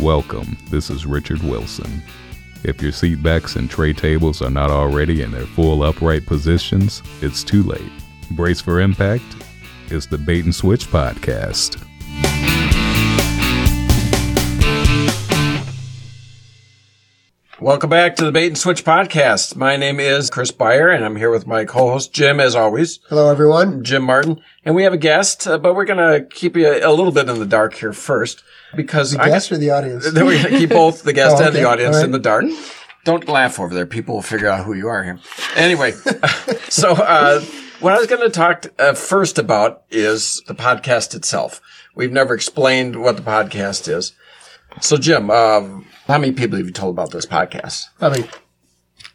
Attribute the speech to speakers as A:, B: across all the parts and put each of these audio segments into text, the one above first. A: Welcome, this is Richard Wilson. If your seat backs and tray tables are not already in their full upright positions, it's too late. Brace for impact. It's the Bait and Switch Podcast.
B: Welcome back to the Bait and Switch podcast. My name is Chris Beyer, and I'm here with my co-host Jim, as always,
C: Hello, everyone.
B: Jim Martin, and we have a guest. uh, but we're gonna keep you a little bit in the dark here first, because
C: The
B: I
C: guest or the audience?
B: then we're gonna keep both the guest
C: Oh,
B: and the
C: okay.
B: audience
C: All right.
B: in the dark. Don't laugh over there. People will figure out who you are here. Anyway, so uh, what I was going to talk uh, first about is the podcast itself. We've never explained what the podcast is. So, Jim, um, how many people have you told about this podcast?
C: Probably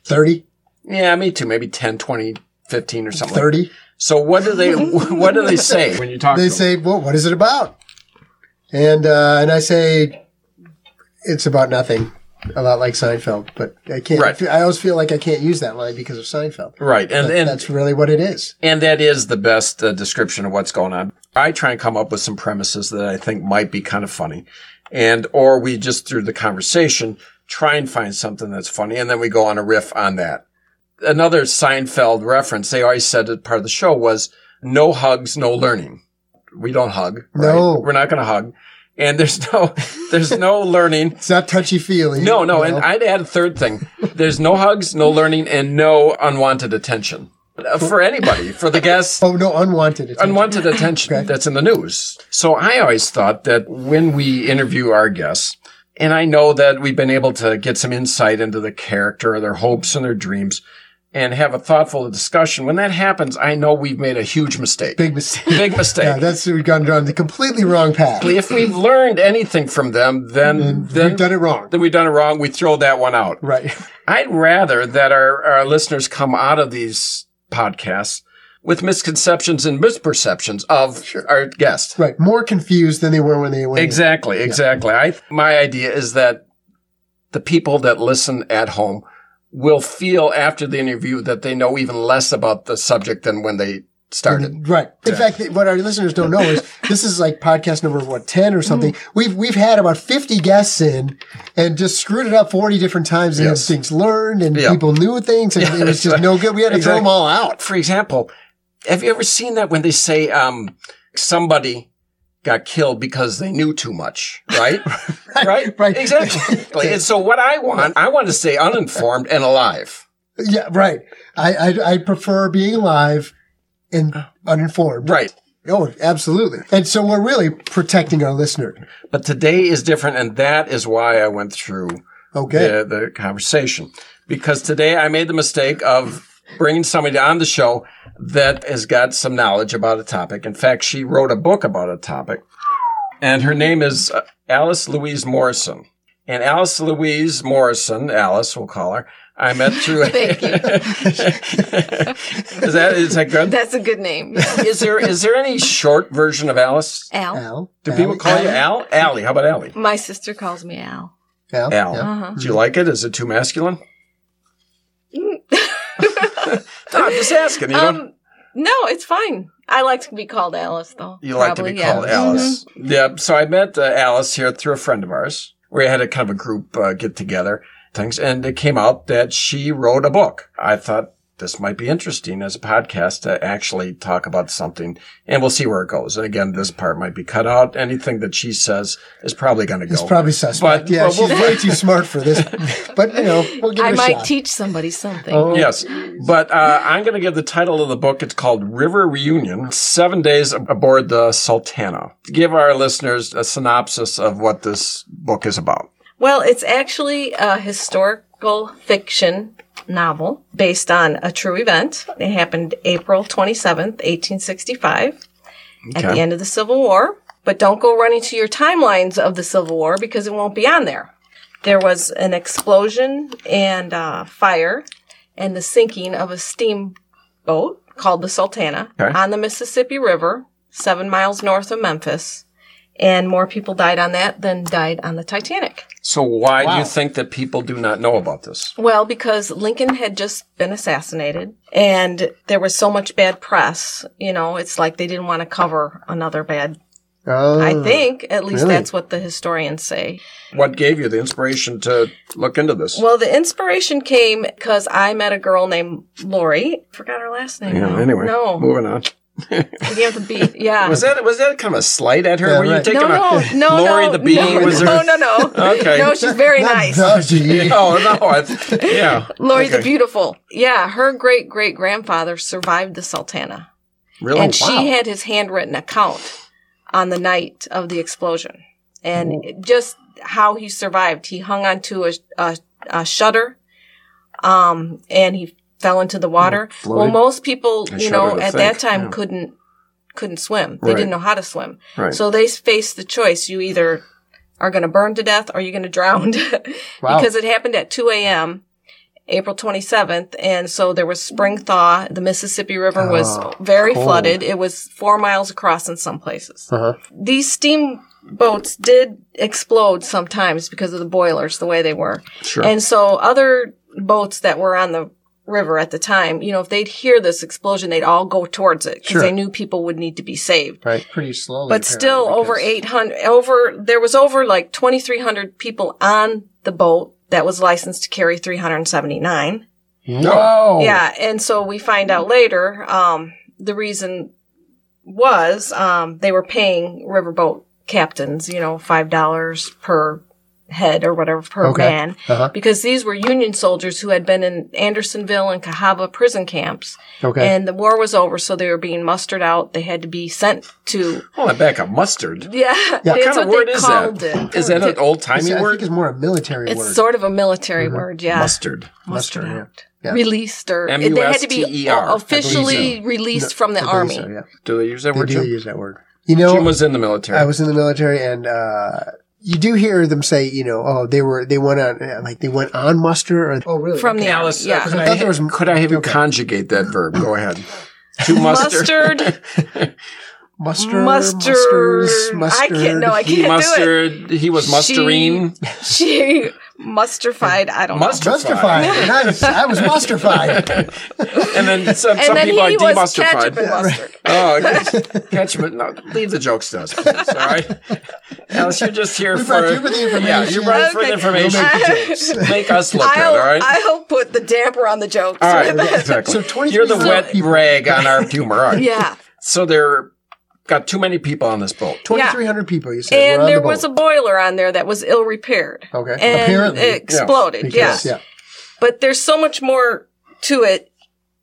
C: 30,
B: Yeah, me too. Maybe 10, 20, 15 or something.
C: 30.
B: So what do they, what do they say when you talk
C: They
B: to them?
C: say, well, what is it about? And, uh, and I say, it's about nothing. A lot like Seinfeld, but I can't,
B: Right.
C: I always feel like I can't use that line because of Seinfeld.
B: Right. And, and
C: That's really what it is.
B: And that is the best uh, description of what's going on. I try and come up with some premises that I think might be kind of funny. And, or we just through the conversation try and find something that's funny. And then we go on a riff on that. Another Seinfeld reference they always said as part of the show was no hugs, no learning. We don't hug. right?
C: No.
B: We're not going to hug. And there's no, there's no learning.
C: It's not touchy feely.
B: No, no, and I'd add a third thing. There's no hugs, no learning, and no unwanted attention. Uh, For anybody, for the guests,
C: oh, no, unwanted. attention.
B: unwanted attention that's in the news. So I always thought that when we interview our guests, and I know that we've been able to get some insight into the character, their hopes and their dreams, and have a thoughtful discussion. When that happens, I know we've made a huge mistake.
C: Big mistake.
B: Big mistake.
C: yeah, that's, we've gone down the completely wrong path.
B: if we've learned anything from them, then then,
C: We've done it wrong.
B: then we've done it wrong. We throw that one out.
C: Right.
B: I'd rather that our, our listeners come out of these podcasts with misconceptions and misperceptions of our guest.
C: Right. More confused than they were when they went. in.
B: Exactly, exactly. I my idea is that the people that listen at home will feel after the interview that they know even less about the subject than when they started.
C: Right. In fact, what our listeners don't know is this is like podcast number what ten or something.
B: Mm.
C: We've we've had about fifty guests in, and just screwed it up forty different times, and
B: Yes.
C: things learned, and
B: Yeah.
C: people knew things, and it was just no good. We had to throw them
B: Exactly.
C: all out.
B: For example, have you ever seen that when they say um, somebody got killed because they knew too much, right? right?
C: right.
B: Exactly. and so what I want, I want to stay uninformed and alive.
C: Yeah. Right. I I, I prefer being alive and uninformed.
B: Oh. Right.
C: Oh, absolutely. And so we're really protecting our listener.
B: But today is different and that is why I went through
C: Okay.
B: the, the conversation because today I made the mistake of bringing somebody on the show that has got some knowledge about a topic. In fact, she wrote a book about a topic, and her name is uh, Alice Louise Morrison. And Alice Louise Morrison, Alice, we'll call her. I met through.
D: Thank you.
B: is that is that good?
D: That's a good name.
B: Is there is there any short version of Alice?
D: Al.
C: Al.
B: Do people call you Al? Allie? How about Allie?
D: My sister calls me Al.
C: Al.
B: Al.
C: Yeah.
D: Uh-huh.
B: Do you like it? Is it too masculine? Mm. no, I'm just asking. You know.
D: Um, no, it's fine. I like to be called Alice, though.
B: You like to
D: Probably,
B: be
D: yeah.
B: called Alice. Yeah. So I met uh, Alice here through a friend of ours. We had a kind of a group uh, get together things, and it came out that she wrote a book. I thought this might be interesting as a podcast to actually talk about something, and we'll see where it goes. And again, this part might be cut out. Anything that she says is probably going to go.
C: It's probably suspect.
B: But-
C: yeah,
B: but we'll-
C: she's way too smart for this. But you know, we'll give
D: I
C: it a
D: might
C: shot.
D: teach somebody something.
C: Oh.
B: Yes, but uh, I'm going to give the title of the book. It's called River Reunion: Seven Days Aboard the Sultana. Give our listeners a synopsis of what this book is about.
D: Well, it's actually a historical fiction novel based on a true event. It happened April 27th, 1865, at
B: Okay.
D: the end of the Civil War. But don't go running to your timelines of the Civil War because it won't be on there. There was an explosion and uh, fire and the sinking of a steamboat called the Sultana
B: Okay.
D: on the Mississippi River, seven miles north of Memphis. And more people died on that than died on the Titanic.
B: So why do
C: Wow.
B: you think that people do not know about this?
D: Well, because Lincoln had just been assassinated and there was so much bad press, you know, it's like they didn't want to cover another bad
C: Oh.
B: Hmm.
D: I think at least
C: really?
D: that's what the historians say.
B: What gave you the inspiration to look into this?
D: Well, the inspiration came because I met a girl named Lori. Forgot her last name.
B: yeah,
D: now.
B: anyway,
D: no,
B: moving on.
D: you have the beat. Yeah,
B: Was that was that kind of a slight at her?
C: Yeah,
B: Were you
C: right.
B: taking
D: no, no,
B: a
D: no,
B: Lori
D: no,
B: the Bee?
D: no,
B: was
D: no,
B: there-
D: no, no.
B: Okay.
D: No, she's very
C: Not
D: nice.
C: dodgy.
B: Oh no! I th- yeah,
D: Lori the
B: Okay.
D: Beautiful. Yeah, her great great grandfather survived the Sultana,
B: really.
D: and
B: wow.
D: she had his handwritten account on the night of the explosion, and
B: Mm-hmm.
D: it- just how he survived. He hung onto a, a, a shutter, um, and he fell into the water.
B: floated.
D: Well, most people,
B: A
D: you know,
B: shudder to
D: at that
B: think,
D: time
B: yeah.
D: couldn't couldn't swim. They
B: Right.
D: didn't know how to swim,
B: right.
D: so they faced the choice: you either are going to burn to death or you're going to drown.
C: Wow.
D: because it happened at 2 a.m. April 27th, and so there was spring thaw. The Mississippi River
C: Oh,
D: was very
C: cold.
D: flooded. It was four miles across in some places.
C: Uh-huh.
D: These steamboats did explode sometimes because of the boilers, the way they were.
B: sure.
D: And so other boats that were on the river at the time, you know, if they'd hear this explosion, they'd all go towards it because
C: Sure.
D: they knew people would need to be saved.
C: Right. Pretty slowly.
D: But still
C: apparently,
D: over
C: because-
D: 800 over there was over like 2300 people on the boat that was licensed to carry 379.
C: Whoa.
D: Yeah, and so we find out later um the reason was um they were paying riverboat captains, you know, $5 per head or whatever per
C: Okay.
D: man
C: Uh-huh.
D: because these were Union soldiers who had been in Andersonville and Cahaba prison camps
C: Okay.
D: and the war was over so they were being mustered out. They had to be sent to
B: Hold on, back up. Mustard.
D: yeah,
B: What
D: that's
B: kind of
D: what
B: word
D: they
B: is
D: called
B: that?
D: it.
B: Is that an old
C: It's-
B: timey
C: I think
B: word?
C: it's more a military
D: It's
C: word.
D: sort of a military word, yeah.
B: Mm-hmm. Mustard.
D: Mustered
C: Mustard,
D: out.
C: yeah. Yeah.
D: Released or they had to be
B: M-U-S-T-E-R,
D: o-
B: I
D: officially
C: believe
D: released from the
C: I
D: army.
C: believe so, yeah.
B: Do they use that
C: They
B: word?
C: do
B: too?
C: use that word. You know,
B: Jim was in the military.
C: I was in the military, and uh, you do hear them say, you know, oh, they were they went on uh, like they went on muster, or oh, really?
D: From the
B: Alice,
D: army. Yeah.
B: could, I,
C: I thought there was-
B: could I have you
C: okay.
B: conjugate that verb? Go ahead. To muster.
D: Mustard,
C: muster,
D: mustard.
C: musters,
D: I
C: mustard.
D: can't. No, I
B: He
D: can't do
B: mustered. He was mustering.
D: it. She musterfied. I don't
B: Mustard.
C: Musterfied. nice. I was musterfied.
B: And then some,
D: know. And
B: some
D: then
B: people are
D: he was ketchup
B: demusterfied.
D: and mustard.
B: Oh, catch- catchment. No, leave the jokes to us, please. All right. Alice, you're just here
C: We
B: for.
C: brought you with the information.
B: yeah, you brought us for the
D: Okay.
B: information. Make us look good,
D: I'll,
B: all right?
D: I'll put the damper on the jokes.
B: all right, exactly.
C: So 23
B: You're the
C: so-
B: wet rag on our humor. All right.
D: yeah.
B: So there got too many people on this boat.
C: Twenty three hundred people. You said were
D: And
C: on
D: there
C: the
D: was a
C: boat.
D: boiler on there that was ill repaired.
C: okay.
D: And
C: Apparently,
D: it exploded.
C: because-
D: yeah.
C: yeah.
D: But there's so much more to it.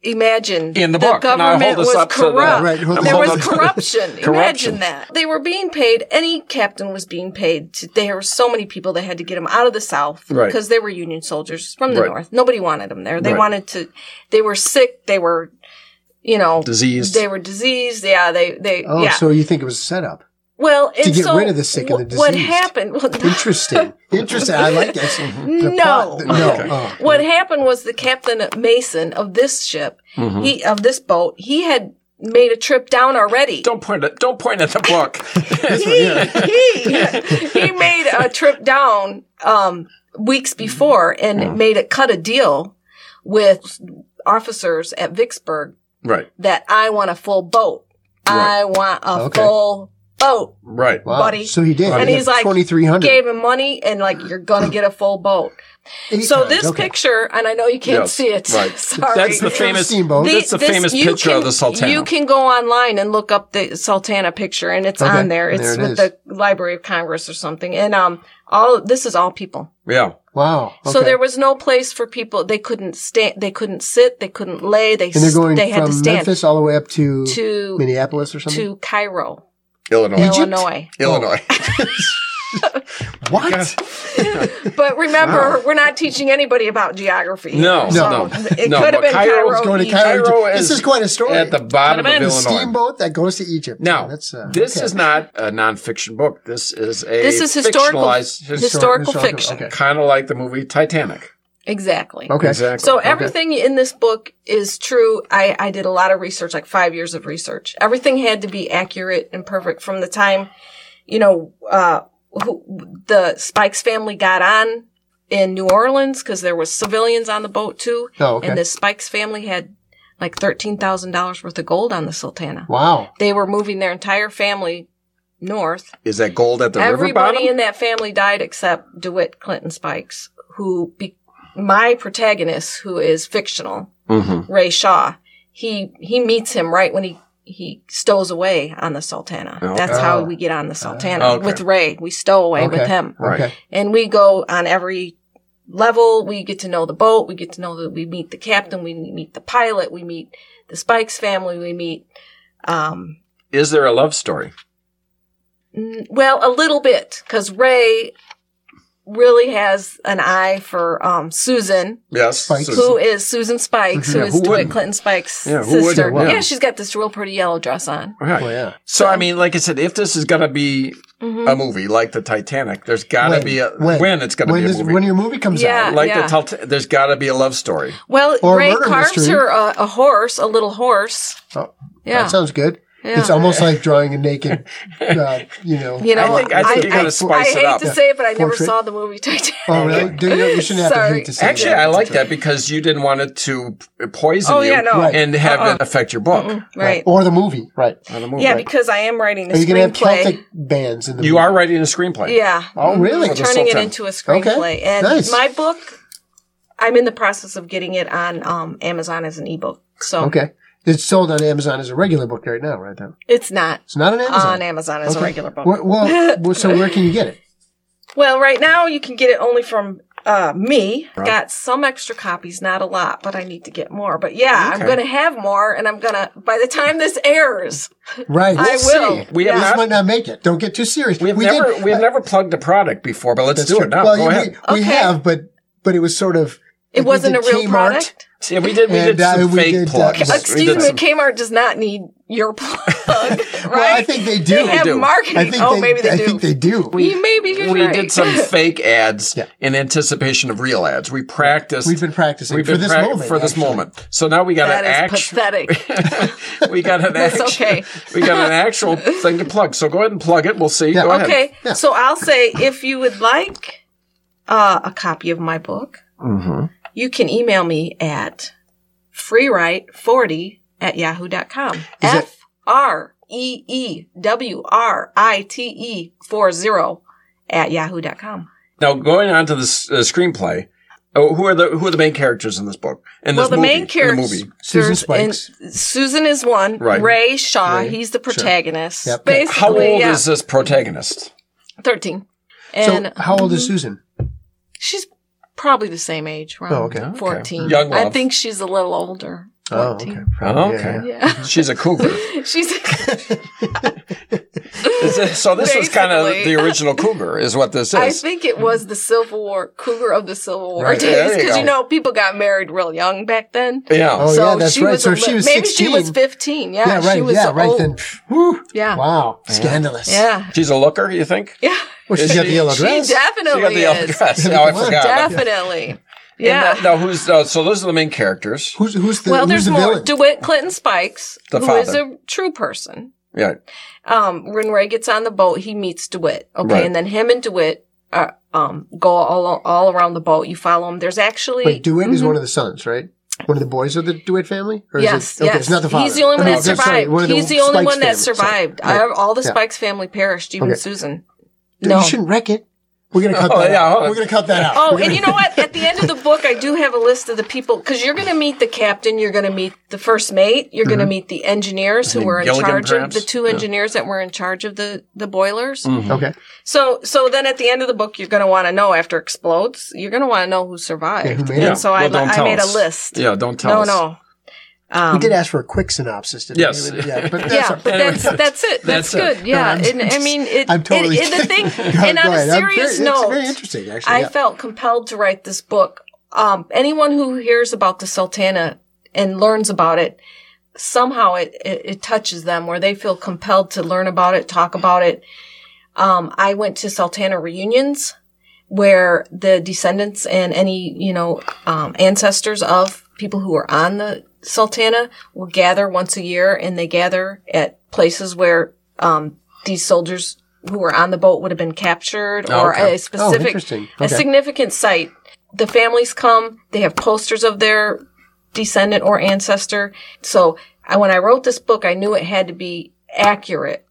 D: Imagine
B: In the book. Now,
D: government
B: hold this
D: was
B: up to the-
D: corrupt.
C: Right, hold
D: there
C: this
D: was
B: up.
D: corruption.
B: Corruption.
D: Imagine that. They were being paid. Any captain was being paid. To, there were so many people that had to get them out of the South
B: Right.
D: because they were Union soldiers from the
B: Right.
D: North. Nobody wanted them there. They
B: Right.
D: wanted to. They were sick. They were, you know,
B: Diseased.
D: They were diseased. Yeah. They. They.
C: Oh,
D: yeah.
C: so you think it was a setup?
D: well, and
C: get
D: so
C: rid of the sick and the
D: wh- What
C: diseased.
D: happened? Well,
C: Interesting. Interesting. I like this. The
D: No.
C: plot- no.
B: Okay.
C: Oh.
D: What happened was the captain Mason of this ship,
B: Mm-hmm.
D: he of this boat, he had made a trip down already.
B: Don't point at don't point at the book.
D: he, he, he made a trip down um, weeks before and made a cut a deal with officers at Vicksburg
B: right,
D: that I want a full boat. I want a
C: Okay.
D: full boat.
B: right.
C: Wow.
D: buddy.
C: So he did.
D: And he's like,
C: twenty three hundred.
D: Gave him money and like you're gonna get a full boat. So this picture, and I know you can't
B: Yes,
D: see it.
B: right.
D: Sorry.
B: That's the famous
C: Steamboat.
B: That's the
D: this-
B: famous
D: you
B: picture
D: can-
B: of the Sultana.
D: You can go online and look up the Sultana picture, and it's
C: Okay,
D: on there. It's
C: there it
D: with
C: is.
D: the Library of Congress or something. And um, all this is all people.
B: yeah.
C: Wow.
D: So
C: okay.
D: there was no place for people. They couldn't stand. They couldn't sit. They couldn't lay. They
C: and they're going
D: they had to
C: from
D: stand
C: Memphis all the way up to,
D: to
C: Minneapolis or something.
D: to Cairo,
B: Illinois.
C: Egypt?
D: Illinois.
B: Illinois.
C: what?
D: But remember, we're not teaching anybody about geography.
B: No,
D: So
B: no,
D: It
B: no,
D: could
B: but
D: have been
B: Cairo's
D: Cairo.
C: Going to
D: Egypt.
C: Cairo.
B: Cairo is
C: this is quite a story.
B: At the bottom
D: Could've
B: of
D: been
B: Illinois.
C: steamboat that goes to Egypt.
B: Now,
C: that's uh,
B: this
C: okay.
B: is not a nonfiction book. This is a
D: This is historical.
B: fictionalized- his-
D: historical
C: historical,
D: fiction.
C: okay.
B: kind of like the movie Titanic.
D: Exactly.
C: okay.
B: Exactly.
D: So everything in this book is true. I, I did a lot of research, like five years of research. Everything had to be accurate and perfect from the time, you know, uh, who, the Spikes family got on in New Orleans because there was civilians on the boat too.
C: Oh, okay.
D: And the Spikes family had like $13,000 worth of gold on the Sultana.
C: Wow.
D: They were moving their entire family north.
B: Is that gold at the river
D: Everybody
B: bottom?
D: in that family died except DeWitt Clinton Spikes, who be- my protagonist, who is fictional,
B: mm-hmm.
D: Ray Shaw. He he meets him right when he he stows away on the Sultana.
B: Okay.
D: That's how
C: Oh.
D: we get on the Sultana
B: Okay.
D: with Ray. We stow away with
C: Okay.
D: him,
B: Right.
C: Okay.
D: and we go on every level. We get to know the boat. We get to know that we meet the captain. We meet the pilot. We meet the Spikes family. We meet. Um,
B: Is there a love story?
D: N- Mm, Well, a little bit, because Ray really has an eye for um, Susan,
B: Yes.
C: Spikes.
B: Susan. Mm-hmm.
D: who is Susan Spikes, who
B: Yeah,
D: is
B: who
D: DeWitt
B: wouldn't?
D: Clinton Spikes'
B: Yeah, who wouldn't?
D: sister.
C: Wow.
D: Yeah, she's got this real pretty yellow dress on.
B: Right.
C: Oh yeah.
B: So I mean, like I said, if this is gonna be
D: Mhm.
B: a movie like the Titanic, there's gotta
C: When?
B: be a when,
C: When?
B: it's gonna
C: When
B: be a
C: this,
B: movie.
C: when your movie comes
D: Yeah.
C: out.
B: like the Tilt- there's gotta be a love story.
D: Well,
C: Or a
D: Ray
C: murder
D: carves
C: mystery.
D: her uh, a, a horse, a little horse.
C: Oh,
D: Yeah.
C: That sounds good.
D: yeah.
C: It's almost like drawing a naked, uh, you know.
D: you know,
B: I think- I think you gotta spice
D: I
B: it
D: hate
B: up.
D: to say it, but I never
C: Portrait.
D: saw the movie Titanic.
C: Oh, really? Do you, you shouldn't have to
D: Sorry.
C: hate to say
B: Actually,
C: that.
B: I like that because you didn't want it to p- poison
D: Oh,
B: you
D: yeah, no.
C: Right.
B: and have
D: Uh-uh.
B: it affect your book.
D: Right.
C: Or the movie, right?
B: Or the movie.
D: Yeah, because I am writing a
C: Are you going to have
D: screenplay.
C: Celtic bands in the?
B: you
C: movie?
B: are writing a screenplay.
D: Yeah.
C: Oh, really?
D: Mhm.
B: For the
D: Turning it
B: Sultan.
D: into a screenplay.
C: Okay.
D: And
C: Nice.
D: my book, I'm in the process of getting it on um, Amazon as an ebook. So
C: Okay, it's sold on Amazon as a regular book right now, right? Now
D: it's not
C: it's not on Amazon.
D: on Amazon as
C: Okay.
D: a regular book.
C: Wh- Well, well, so where can you get it?
D: Well, right now you can get it only from uh, me. Got some extra copies, not a lot, but I need to get more. But yeah,
B: Okay.
D: I'm going to have more, and I'm going to, by the time this airs,
C: Right,
D: I
C: we'll
D: will.
C: See.
B: We
D: Yeah.
B: have
C: This
B: not
C: might not make it. Don't get too serious.
B: We've
C: We did-
B: never we've
C: uh,
B: never plugged a product before, but let's
C: that's
B: do
C: true.
B: it now.
C: Well,
B: Go
C: we,
B: ahead.
C: we
D: Okay.
C: have, but but it was sort of.
D: it wasn't a real product.
B: See, we did we
C: and,
B: did some
C: uh, we
B: fake
C: did, uh,
B: plugs.
C: Yes, we
D: Excuse
B: did
D: me,
B: some-
D: Kmart does not need your plug, right?
C: Well, I think they do.
D: they have
B: do.
D: marketing.
C: I think
D: oh,
C: they,
D: maybe they
C: I
D: do.
C: think they do.
D: we, maybe you're
B: We
D: right.
B: did some fake ads
C: Yeah.
B: in anticipation of real ads. We practiced.
C: We've been practicing
B: we've
C: for
B: been
C: this
B: prac-
C: moment.
B: for this
C: actually.
B: moment. So now we got
D: that
B: an
D: is
B: actual.
D: pathetic.
B: we got an
D: That's
B: actual,
D: okay.
B: We got an actual thing to plug. So go ahead and plug it. We'll see.
C: Yeah.
B: Go ahead.
D: Okay,
C: Yeah.
D: so I'll say if you would like uh, a copy of my book,
C: Mm-hmm.
D: you can email me at freewrite40 at yahoo.com.
C: Is it-
D: F R E E W R I T E 40 at yahoo.com.
B: Now going on to the s- uh, screenplay. Oh, who are the who are the main characters in this book? In
D: Well,
B: this
D: the
B: movie,
D: main
B: in the
D: characters.
B: movie.
C: Susan
D: there's- and Susan is one.
B: Right.
D: Ray Shaw,
C: Ray,
D: he's the protagonist.
C: Yep.
D: Basically,
B: How old
D: yeah,
B: is this protagonist?
D: 13.
C: So
D: And Mhm.
C: how old is Susan?
D: she's probably the same age, around
C: Oh, okay.
B: Okay.
D: 14.
B: Young
D: I
B: love.
D: think she's a little older.
C: Oh,
D: 14.
C: okay.
B: Oh,
C: Yeah,
B: okay.
C: yeah.
D: Yeah.
B: She's a cougar.
D: She's
B: Is it- so this is kind of
D: Basically.
B: the original cougar, is what this is.
D: I think it was the Civil War cougar of the Civil War
B: Right, there
D: days
B: you
D: because you
B: go.
D: know people got married real young back then.
B: yeah.
C: Oh, yeah, that's
D: she
C: right.
D: was
C: So
D: a
C: if she
D: li-
C: was
D: maybe she was
C: 16.
D: fifteen. Yeah,
C: yeah, right.
D: She was
C: yeah, right.
D: old.
C: Then, pff,
D: yeah,
C: wow, scandalous.
D: yeah,
B: She's a looker, you think?
D: yeah.
C: Well, she's
B: Is
C: got
B: she-
C: the yellow
D: She
C: dress.
B: She got
D: definitely
B: the yellow
D: is.
B: dress. Oh, I
C: Come on.
B: forgot. about that.
D: Definitely.
B: And
D: Yeah.
B: now, now who's uh, so those are the main characters.
C: Who's who's the
D: Well,
C: who's
D: there's
C: the
D: more.
C: villain?
D: DeWitt Clinton Spikes,
B: The
D: who is
B: father.
D: a true person.
B: Yeah.
D: um, when Ray gets on the boat, he meets DeWitt. Okay.
B: Right.
D: And then him and DeWitt, uh, um, go all, all around the boat. You follow him. There's actually.
C: Wait, DeWitt is
D: Mhm.
C: one of the sons, right? One of the boys of the DeWitt family? Or
D: Yes,
C: is it, okay,
D: yes.
C: it's not the father.
D: He's the only one
C: I mean,
D: that
C: sorry,
D: survived.
C: one of
D: He's the only
C: Spikes
D: one that
C: family, sorry.
D: survived.
C: Right.
D: I- all the
C: Yeah.
D: Spikes family perished, even
C: Okay.
D: Susan.
C: Dude,
D: No.
C: You shouldn't wreck it. We're going to cut
B: Oh,
C: that
B: yeah,
C: out.
B: hold on.
C: We're going to cut that out.
D: Oh, and you know what? At the end of the book, I do have a list of the people because you're going to meet the captain, you're going to meet the first mate, you're
C: Mm-hmm.
D: going to meet the engineers who
B: Name
D: were in
B: Gilligan,
D: charge
B: perhaps?
D: of the two
B: Yeah. Mm-hmm.
D: engineers that were in charge of the the boilers.
C: Okay.
D: So, so then at the end of the book, you're going to want to know after it explodes, you're going to want to know who survived.
C: Yeah, who made
D: and
C: it?
D: so I,
B: don't
D: I
B: tell
D: made a
B: us.
D: list.
B: Yeah, don't tell
D: no,
B: us.
D: no. Um,
C: We did ask for a quick synopsis today.
B: Yes.
C: Yeah, but that's
D: yeah,
C: all
D: but
C: right.
D: that's that's it. That's,
B: That's it.
D: good. Yeah,
C: I'm
D: and I
C: just-
D: mean, it,
C: I'm totally
D: it, it- the
C: kidding.
D: thing.
C: Go-
D: and
C: go
D: on
C: ahead.
D: a
C: I'm very-
D: serious
C: It's
D: note,
C: very interesting, actually.
D: I
C: yeah.
D: felt compelled to write this book. Um, anyone who hears about the Sultana and learns about it, somehow it, it, it touches them where they feel compelled to learn about it, talk about it. Um, I went to Sultana reunions where the descendants and any, you know, um, ancestors of people who were on the Sultana will gather once a year and they gather at places where, um, these soldiers who were on the boat would have been captured or
B: Okay.
D: a
C: Oh,
D: specific
C: interesting.
D: a
C: Okay.
D: significant site. The families come, they have posters of their descendant or ancestor. So I, when I wrote this book, I knew it had to be accurate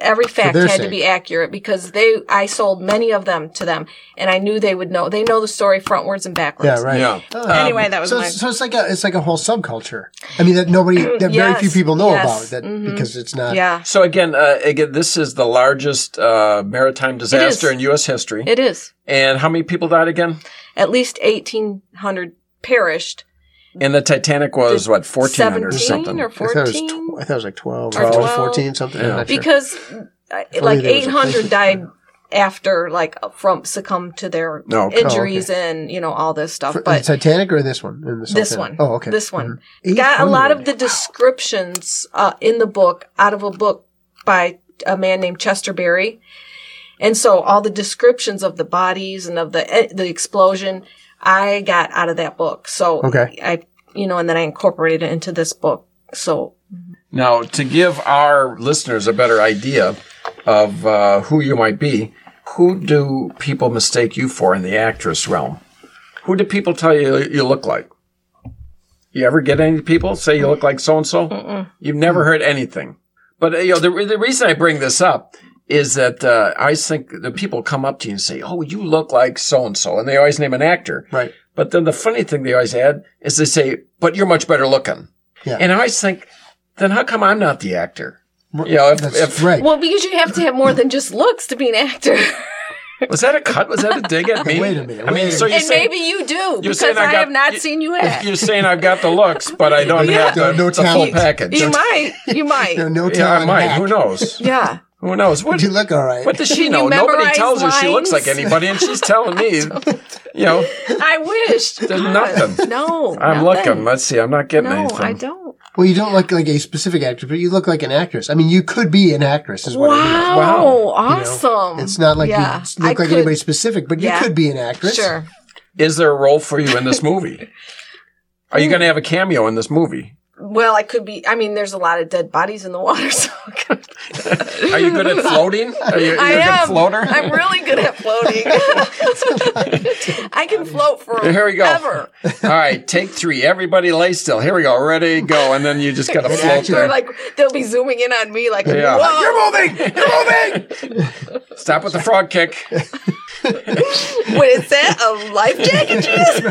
D: every fact
C: their
D: had to
C: sake.
D: be accurate because they I sold many of them to them and I knew they would know. They know the story frontwards and backwards.
C: Yeah, right. Um, Uh,
B: Yeah.
D: Uh,
E: Anyway, that was
C: So,
E: my.
C: it's- so it's like a it's like a whole subculture. I mean that nobody that very few
D: Yes,
C: people know
D: yes, Mm-hmm.
C: about that because it's not.
D: Yeah.
B: So again, uh, again, this is the largest uh, maritime disaster in U.S. history.
D: It is.
B: and how many people died again?
D: At least 1800 perished.
B: And the Titanic was what fourteen hundred or
D: 17
B: something.
D: or
C: I thought, it was
D: 14
C: tw- I thought it was like 12,
D: Or
C: 12,
D: 12.
C: 14, something. I'm not sure.
D: because uh,
C: If only
D: like
C: there was a
D: 800
C: place-
D: died after like from succumbed to their
B: No, okay.
D: injuries and you know all this stuff
C: oh, For- the
D: but
C: Titanic or this one? In the
D: this
C: Sultan?
D: one
C: Oh, okay.
D: this one
C: Mhm.
D: got a lot
C: 800.
D: of the descriptions uh, in the book out of a book by a man named Chester Berry. And so all the descriptions of the bodies and of the eh, the explosion I got out of that book. So
C: Okay.
D: I you know and then I incorporated it into this book. So
B: Now, to give our listeners a better idea of uh, who you might be, who do people mistake you for in the actress realm? Who do people tell you you look like? You ever get any people say you look like so and so? You've never heard anything. But uh, you know the, re- the reason I bring this up is that uh, I think the people come up to you and say, "Oh, you look like so and so," and they always name an actor.
C: Right.
B: But then the funny thing they always add is they say, "But you're much better looking."
C: Yeah.
B: And I always think, then how come I'm not the actor?
C: Well,
B: You know, if,
C: That's
B: if-
C: right.
D: well because you have to have more than just looks to be an actor.
B: was that a cut? Was that a dig at me?
C: Wait a minute,
B: I
C: wait
B: mean,
C: a
B: so
C: minute.
B: you're
D: and
B: saying,
D: maybe you do because
B: saying I
D: I,
B: got-
D: have not
B: you-
D: seen you act.
B: you're saying I've got the looks, but I don't have the,
C: No
B: the full
C: talent.
B: package.
D: you might. You might.
C: There are no
B: Yeah, I
C: talent
B: might.
C: hack.
B: Who knows?
D: yeah.
B: Who knows? What,
C: You look all right.
B: what does she
D: Can
B: know?
D: you
B: Nobody
D: memorize
B: tells her she looks like
D: lines?
B: anybody, and she's telling me, you know,
D: I wish.
B: there's nothing.
D: No.
B: I'm
D: nothing.
B: looking. Let's see. I'm not getting
D: No,
B: anything.
D: I don't.
C: Well, you don't look like a specific actress, but you look like an actress. I mean, you could be an actress, is what I mean.
D: Wow, awesome.
C: It's not like you
D: Yeah,
C: look
D: I
C: like
D: could-
C: anybody specific, but
D: Yeah.
C: you could be an actress.
D: Sure.
B: Is there a role for you in this movie? Are
D: Hmm.
B: you going to have a cameo in this movie?
D: Well, I could be. I mean, there's a lot of dead bodies in the water, so I could-
B: Are you good at floating? Are you, you're a
D: I
B: good
D: am.
B: floater?
D: I'm really good at floating. I can float for
B: Here we go.
D: Ever.
B: All right, take three. Everybody lay still. Here we go. Ready, go. And then you just got to float
D: They're
B: there.
D: like they'll be zooming in on me, like
B: Yeah.
D: whoa.
B: You're moving. You're moving. Stop with the frog kick.
D: Wait, is that a life jacket? you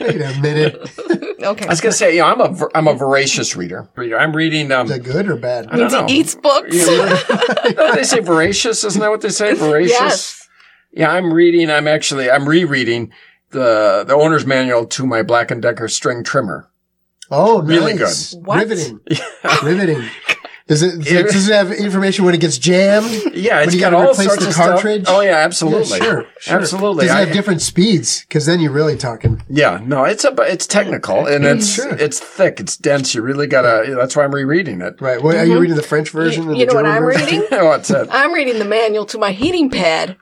C: Wait a minute.
D: okay.
B: I was gonna say, you know, I'm a ver- I'm a voracious reader. Reader. I'm reading. Um,
C: Is that good or bad?
B: I don't know.
D: Eats books.
B: Don't they say voracious? Isn't that what they say? Voracious.
D: yes.
B: Yeah, I'm reading. I'm actually I'm rereading the the owner's manual to my Black and Decker string trimmer.
C: Oh, nice.
B: Really
C: good.
D: What?
C: Riveting. Riveting. Does it, does it- does it have information when it gets jammed?
B: Yeah,
C: When
B: it's
C: you
B: got
C: gotta
B: all
C: replace
B: sorts
C: the
B: of
C: cartridge?
B: stuff. Oh yeah, absolutely.
C: Yeah, sure, sure.
B: Absolutely.
C: Does it
B: I-
C: have different speeds? Because then you're really talking.
B: Yeah, no, it's a it's technical and it's
C: Sure.
B: it's thick, it's dense. You really gotta. That's why I'm rereading it.
C: Right. Well, Are you reading the French version?
D: You,
C: and
D: Mm-hmm. you
C: the
D: know what
C: German
D: I'm
C: version?
D: reading?
B: oh, it's a,
D: I'm reading the manual to my heating pad,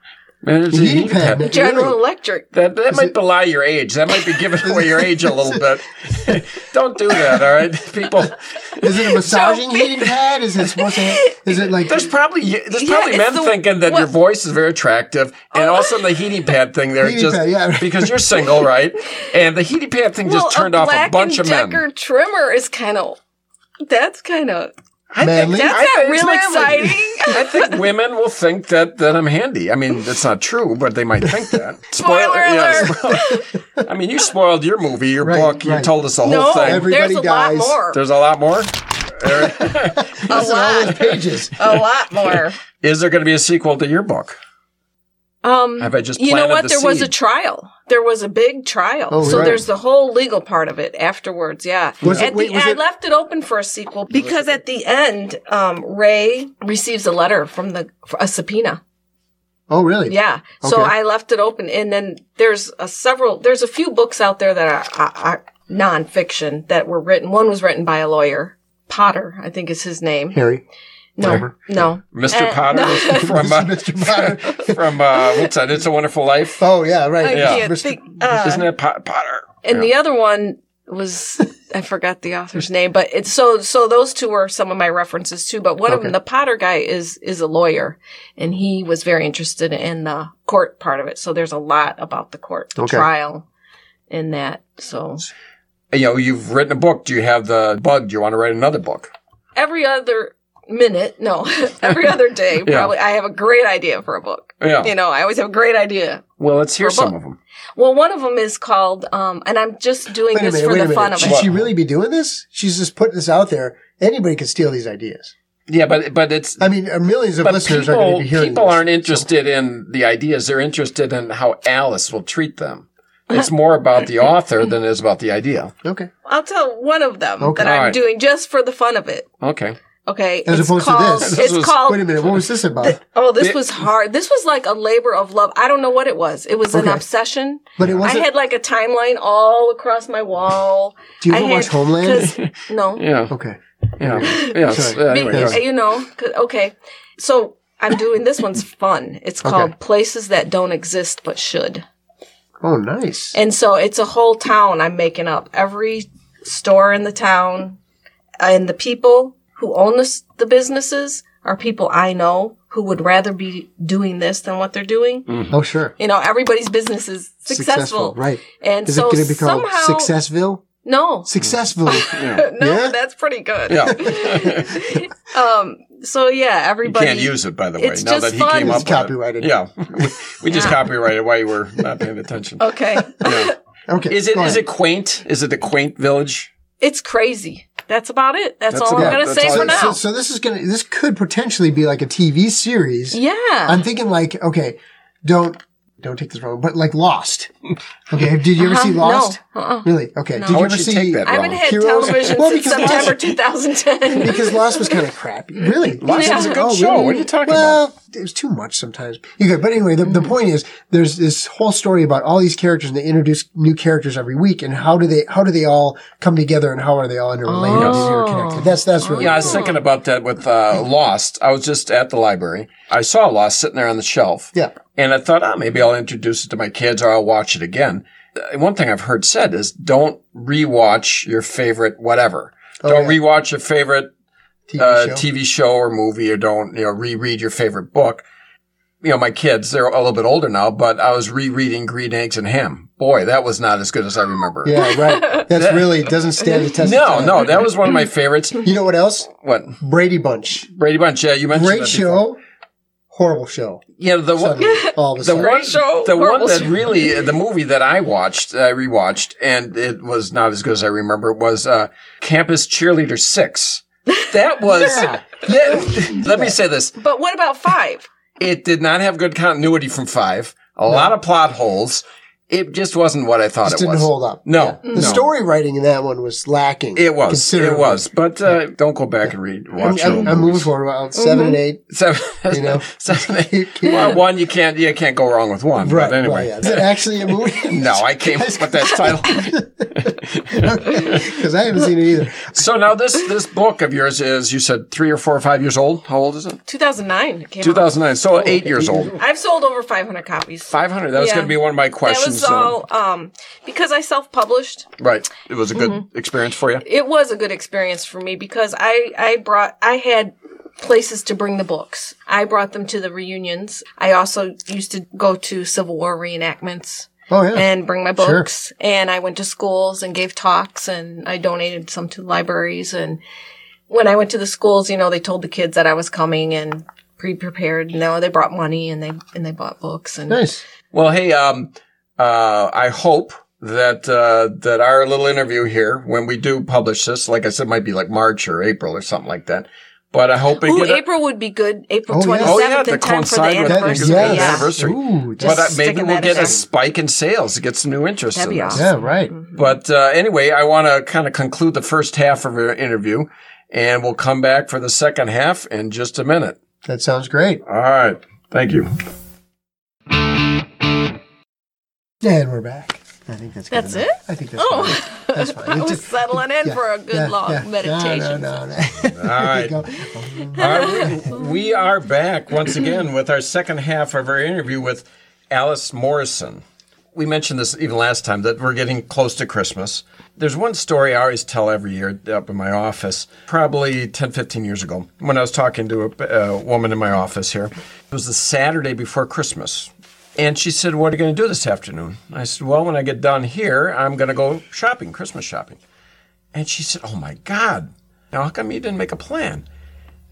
B: it's a
C: Heating
B: heat
C: pad.
B: pad.
D: General
C: Really?
D: Electric.
B: That that might belie your age. That might be giving away your age a little bit. Don't do that, all right, people.
C: Is it a massaging
D: So-
C: heating pad? Is it supposed to? Have, is it like?
B: There's probably there's
D: Yeah,
B: probably
D: it's
B: men
D: the-
B: thinking that your
D: what- Oh.
B: voice is very attractive, and also the heating pad thing there
C: Heating
B: just
C: pad, yeah.
B: because you're single, right? And the heating pad thing just turned off a
D: Black
B: bunch
D: and
B: of men.
D: Decker trimmer is kind of. That's kind of.
B: I think
C: Manly?
D: That's
B: I
D: not
B: think it's
D: real
B: manly.
D: exciting.
B: I think women will think that that I'm handy. I mean, that's not true, but they might think that.
D: Spoiler
B: spoil- I mean, you spoiled your movie, your
C: Right,
B: book. You
C: right.
B: told us the whole
D: no,
B: thing.
C: Everybody
D: there's a
C: dies.
D: lot more.
B: There's a lot more.
D: a
C: all
D: lot.
C: those pages.
D: a lot more.
B: Is there going to be a sequel to your book?
D: Um,
B: Have I just
D: you know
B: planted
D: what?
B: the
D: there was a
B: seed?
D: trial. There was a big trial.
C: Oh,
D: so
C: right.
D: there's the whole legal part of it afterwards. Yeah.
C: Was it-
D: at
C: wait,
D: the,
C: was
D: I
C: it-
D: left it open for a sequel because at the end, um, Ray receives a letter from the a subpoena.
C: Oh, really?
D: Yeah. So
C: Okay.
D: I left it open, and then there's a several. There's a few books out there that are, are, are nonfiction that were written. One was written by a lawyer. Potter, I think is his name.
C: Harry.
D: No, no.
B: Mr.
D: Uh,
B: Potter
D: no.
B: from uh,
C: Mr. Potter.
B: from uh, what's that? It's a Wonderful Life.
C: Oh, yeah. Right.
D: I
B: Yeah.
D: can't think. uh,
B: Isn't it Pot- Potter?
D: and the other one was I forgot the author's name, but it's so so those two are some of my references too. But one of them, the Potter guy, is is a lawyer, and he was very interested in the court part of it. So there's a lot about the court, the
C: Okay.
D: trial, in that. So
B: You know, you've written a book. Do you have the bug? Do you want to write another book?
D: every other minute, no, every other day,
B: Yeah.
D: probably, I have a great idea for a book.
C: Oh.
B: Yeah.
D: You know, I always have a great idea.
B: Well, let's hear
D: Or
B: some
D: both.
B: of them.
D: Well, one of them is called, um, and I'm just doing
C: Wait a
D: this
C: minute,
D: for
C: wait
D: the
C: a
D: fun
C: minute.
D: of
C: Should
D: it.
C: she really be doing this? She's just putting this out there. Anybody could steal these ideas.
B: Yeah, but but it's
C: I mean, uh, millions of
B: but
C: listeners
B: people,
C: are going to be hearing
B: people
C: this.
B: aren't interested in the ideas; they're interested in how Alice will treat them. It's more about the author than it is about the idea.
C: Okay.
D: I'll tell one of them
C: Okay.
D: that I'm
B: Alright.
D: doing just for the fun of it.
B: Okay,
D: Okay.
C: As
D: it's
C: opposed to
D: called,
C: this.
B: This
D: It's
B: was-
D: called,
C: Wait a minute. What was this about?
D: oh, this
B: It-
D: was hard. This was like a labor of love. I don't know what it was. It was an
C: Okay.
D: obsession.
C: but it
D: I
C: wasn't.
D: had like a timeline all across my wall.
C: do you ever
D: I had-
C: watch Homeland?
D: 'cause- no.
B: yeah,
C: Okay.
B: yeah, yeah.
C: Sorry.
B: so, uh,
D: Be-
B: anyway, go ahead.
D: you know, 'cause- okay. So I'm doing this one's fun. It's called Places That Don't Exist But Should.
C: Oh, nice.
D: And so it's a whole town I'm making up. Every store in the town uh, and the people who own this, the businesses are people I know who would rather be doing this than what they're doing.
C: oh, sure.
D: You know, everybody's business is successful.
C: Right.
D: And
C: Is
D: so
C: it going to be called
D: somehow,
C: Successville?
D: No.
C: Successful.
D: no,
C: Yeah?
D: that's pretty good.
B: yeah.
D: Um, so yeah,
B: You
D: everybody.
B: can't use it, by the way.
D: It's
B: Now
D: just
B: that he
D: fun.
B: came
D: It's
B: up With
C: copyrighted.
B: it. Yeah, we, we just
D: Yeah.
B: copyrighted while you were not paying attention.
D: Okay.
B: Yeah.
C: Okay.
B: Is it
C: go
B: is
C: ahead.
B: it quaint? Is it a quaint village?
D: it's crazy. That's about it. That's,
B: That's
D: all
B: about-
D: I'm going to
B: that's
D: say
B: all
D: for
B: it is.
C: So,
D: now.
C: so this is going to. This could potentially be like a TV series.
D: yeah.
C: I'm thinking like, okay, don't don't take this wrong, but like Lost. Okay. Did you ever see
D: Uh-huh.
C: Lost?
D: No. Uh-uh.
C: Really? Okay. Did
B: How
C: you
B: would
C: ever
B: you
C: see?
B: take that
D: I
B: wrong?
D: haven't had
C: Heroes-
D: television
C: Well,
D: since
C: because Lost-
D: September 2010.
C: because Lost was kind of crappy. Really,
B: Lost
D: was a good
B: show. What are you talking
C: oh,
B: Hmm.
C: well, about? Well, it was too much sometimes. You could, but anyway, the, the point is, there's this whole story about all these characters, and they introduce new characters every week, and how do they how do they all come together, and how are they all interrelated
D: Oh.
C: and interconnected? That's that's really
B: Yeah, I was thinking about that with uh, Lost. I was just at the library. I saw Lost sitting there on the shelf.
C: Yeah.
B: And I thought, oh, maybe I'll introduce it to my kids or I'll watch it again. Uh, One thing I've heard said is don't rewatch your favorite whatever. don't
C: Oh, yeah.
B: rewatch your favorite
C: TV
B: uh,
C: show.
B: TV show or movie or don't, you know, reread your favorite book. You know, my kids, they're a little bit older now, but I was rereading Green Eggs and Ham. Boy, that was not as good as I remember.
C: yeah, right. That's really doesn't stand the test. of
B: No,
C: time.
B: no, that was one of my favorites.
C: You know what else?
B: What?
C: Brady Bunch,
B: Brady Bunch, yeah, you mentioned
C: great
B: that before.
C: show, horrible show.
B: Yeah, the one,
C: Suddenly, all of a
B: the
C: sudden.
B: one,
D: show,
B: the one
D: horrible
B: that
D: show.
B: really, uh, the movie that I watched, I rewatched, and it was not as good as I remember. Was uh, Campus Cheerleader Six? That was.
C: Yeah.
B: that- let me say this:
D: but what about five?
B: it did not have good continuity from Five. A lot of plot holes. It just wasn't what I thought
C: Just
B: it
C: didn't
B: was.
C: hold up.
B: No,
C: the
B: no.
C: story writing in that one was lacking.
B: It was. It
C: considerably.
B: was. But uh, don't go back and read.
C: I'm,
B: Watch
C: I'm,
B: old
C: I'm moving
B: movies.
C: forward about
D: Mm-hmm.
C: 7 and eight.
B: Seven,
C: You know?
B: seven, eight. Well, one you can't you can't go wrong with one.
C: Right.
B: But anyway,
C: yeah. Is it actually a movie?
B: no, I can't put that title.
C: because I haven't seen it either.
B: So now this this book of yours is you said three or four or five years old. How old is it?
D: 2009 it came
B: Two
D: out.
B: thousand nine. So eight years old.
D: I've sold over 500 copies.
B: Five hundred. That was
D: Yeah.
B: going to be one of my
D: that
B: questions.
D: was all um, because I self-published.
B: so- right. It was a good experience for you.
D: It was a good experience for me because I I brought I had places to bring the books. I brought them to the reunions. I also used to go to Civil War reenactments.
C: Oh yeah.
D: and bring my books. And I went to schools and gave talks and I donated some to libraries. And when I went to the schools, you know, they told the kids that I was coming and pre-prepared. No, they brought money and they, and they bought books and
C: nice.
B: Well, hey, um, uh, I hope that uh, that our little interview here, when we do publish this, like I said, might be like March or April or something like that. But I hope it
D: Ooh,
B: get a-
D: April would be good. April
C: Oh, yeah.
D: 27th
B: Oh, yeah, to
D: in time for the
B: coincide with
C: That is
D: anniversary.
B: Thanksgiving
C: yes.
D: Yeah.
B: anniversary.
C: Ooh,
D: Just
B: but uh,
D: sticking
B: maybe we'll
D: that
B: get
D: in
B: a
D: there.
B: spike in sales, get some new interest.
D: That'd
B: in
D: be
B: this.
D: awesome.
C: yeah, right.
D: Mm-hmm.
B: But uh, anyway, I want to kind of conclude the first half of our interview, and we'll come back for the second half in just a minute.
C: That sounds great.
B: All right. Thank you.
C: And we're back. I think that's good
D: That's
C: enough.
D: it?
C: I think that's
D: Oh.
C: fine. That's fine.
D: I
C: It's
D: was
C: just-
D: settling in
C: yeah,
D: for a good
C: yeah,
D: long
C: yeah.
D: meditation.
C: No, no, no. no.
B: All right. All
C: Go.
B: right. We, we are back once again with our second half of our interview with Alice Morrison. We mentioned this even last time that we're getting close to Christmas. There's one story I always tell every year up in my office, probably 10, 15 years ago, when I was talking to a, a woman in my office here. It was the Saturday before Christmas. And she said, What are you going to do this afternoon? I said, Well, when I get done here, I'm going to go shopping, Christmas shopping. And she said, Oh my God, now how come you didn't make a plan?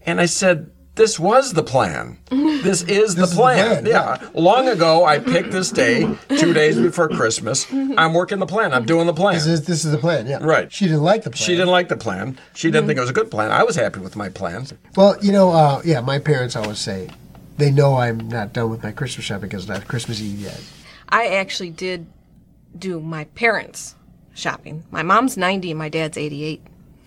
B: And I said, this was the plan. This is the plan.
C: plan,
B: yeah. Uh, Long ago, I picked this day, two days before Christmas. I'm working the plan. I'm doing the plan.
C: This, this is the plan, yeah.
B: Right.
C: She didn't like the plan.
B: She didn't like the plan. She didn't think it was a good plan. I was happy with my plan.
C: Well, you know, uh, yeah, my parents always say they know I'm not done with my Christmas shopping because it's not Christmas Eve yet.
D: I actually did do my parents' shopping. My mom's 90 and my dad's 88.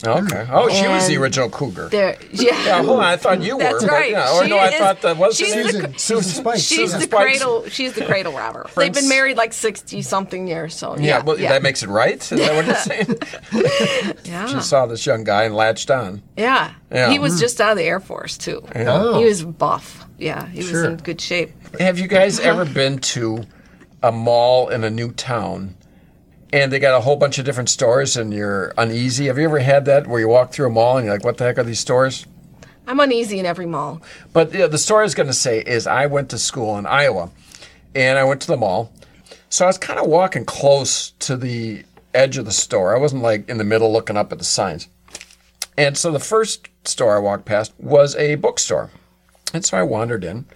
B: Okay. Oh, she was the
D: And
B: original cougar.
D: There, yeah.
B: Yeah, hold on. I thought you
D: That's
B: were. but
D: right.
B: yeah, or
D: She
B: no, I
D: is-
B: thought that was
D: she's
B: Susan.
C: Susan,
D: the-
C: Susan Spike.
D: She's
B: Susan
D: the
B: Spikes.
D: cradle. She's the cradle robber. They've been married like sixty something years. So
B: Yeah,
D: yeah,
B: well,
D: yeah,
B: that makes it right. Is that what you're saying?
D: yeah.
B: she saw this young guy and latched on.
D: yeah.
B: Yeah. Mm-hmm.
D: He was just out of the Air Force too.
C: Oh.
D: He was buff. Yeah, he
C: Sure.
D: was in good shape.
B: Have you guys ever been to a mall in a new town and they got a whole bunch of different stores and you're uneasy? Have you ever had that where you walk through a mall and you're like, what the heck are these stores?
D: I'm uneasy in every mall.
B: But yeah, the story I was going to say is I went to school in Iowa and I went to the mall. So I was kind of walking close to the edge of the store. I wasn't like in the middle looking up at the signs. And so the first store I walked past was a bookstore. And so I wandered in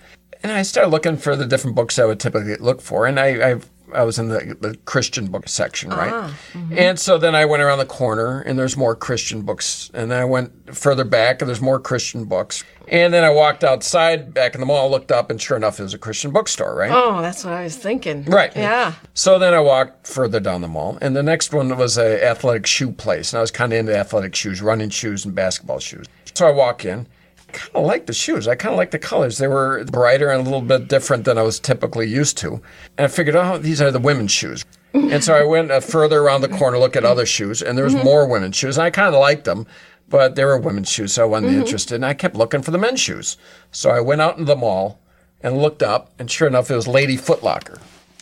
B: and I started looking for the different books I would typically look for. And I, I, I was in the, the Christian book section, right? And so then I went around the corner and there's more Christian books. And then I went further back and there's more Christian books. And then I walked outside back in the mall, looked up, and sure enough, there's a Christian bookstore, right?
D: Oh, that's what I was thinking.
B: Right.
D: Yeah.
B: So then I walked further down the mall, and the next one was a athletic shoe place, and I was kind of into athletic shoes, running shoes and basketball shoes. So I walk in, kind of liked the shoes. I kind of liked the colors. They were brighter and a little bit different than I was typically used to. And I figured, oh, these are the women's shoes. And so I went uh, further around the corner, look at other shoes, and there was more women's shoes. And I kind of liked them, but they were women's shoes, so I wasn't interested. And I kept looking for the men's shoes. So I went out into the mall and looked up, and sure enough, it was Lady Foot Locker.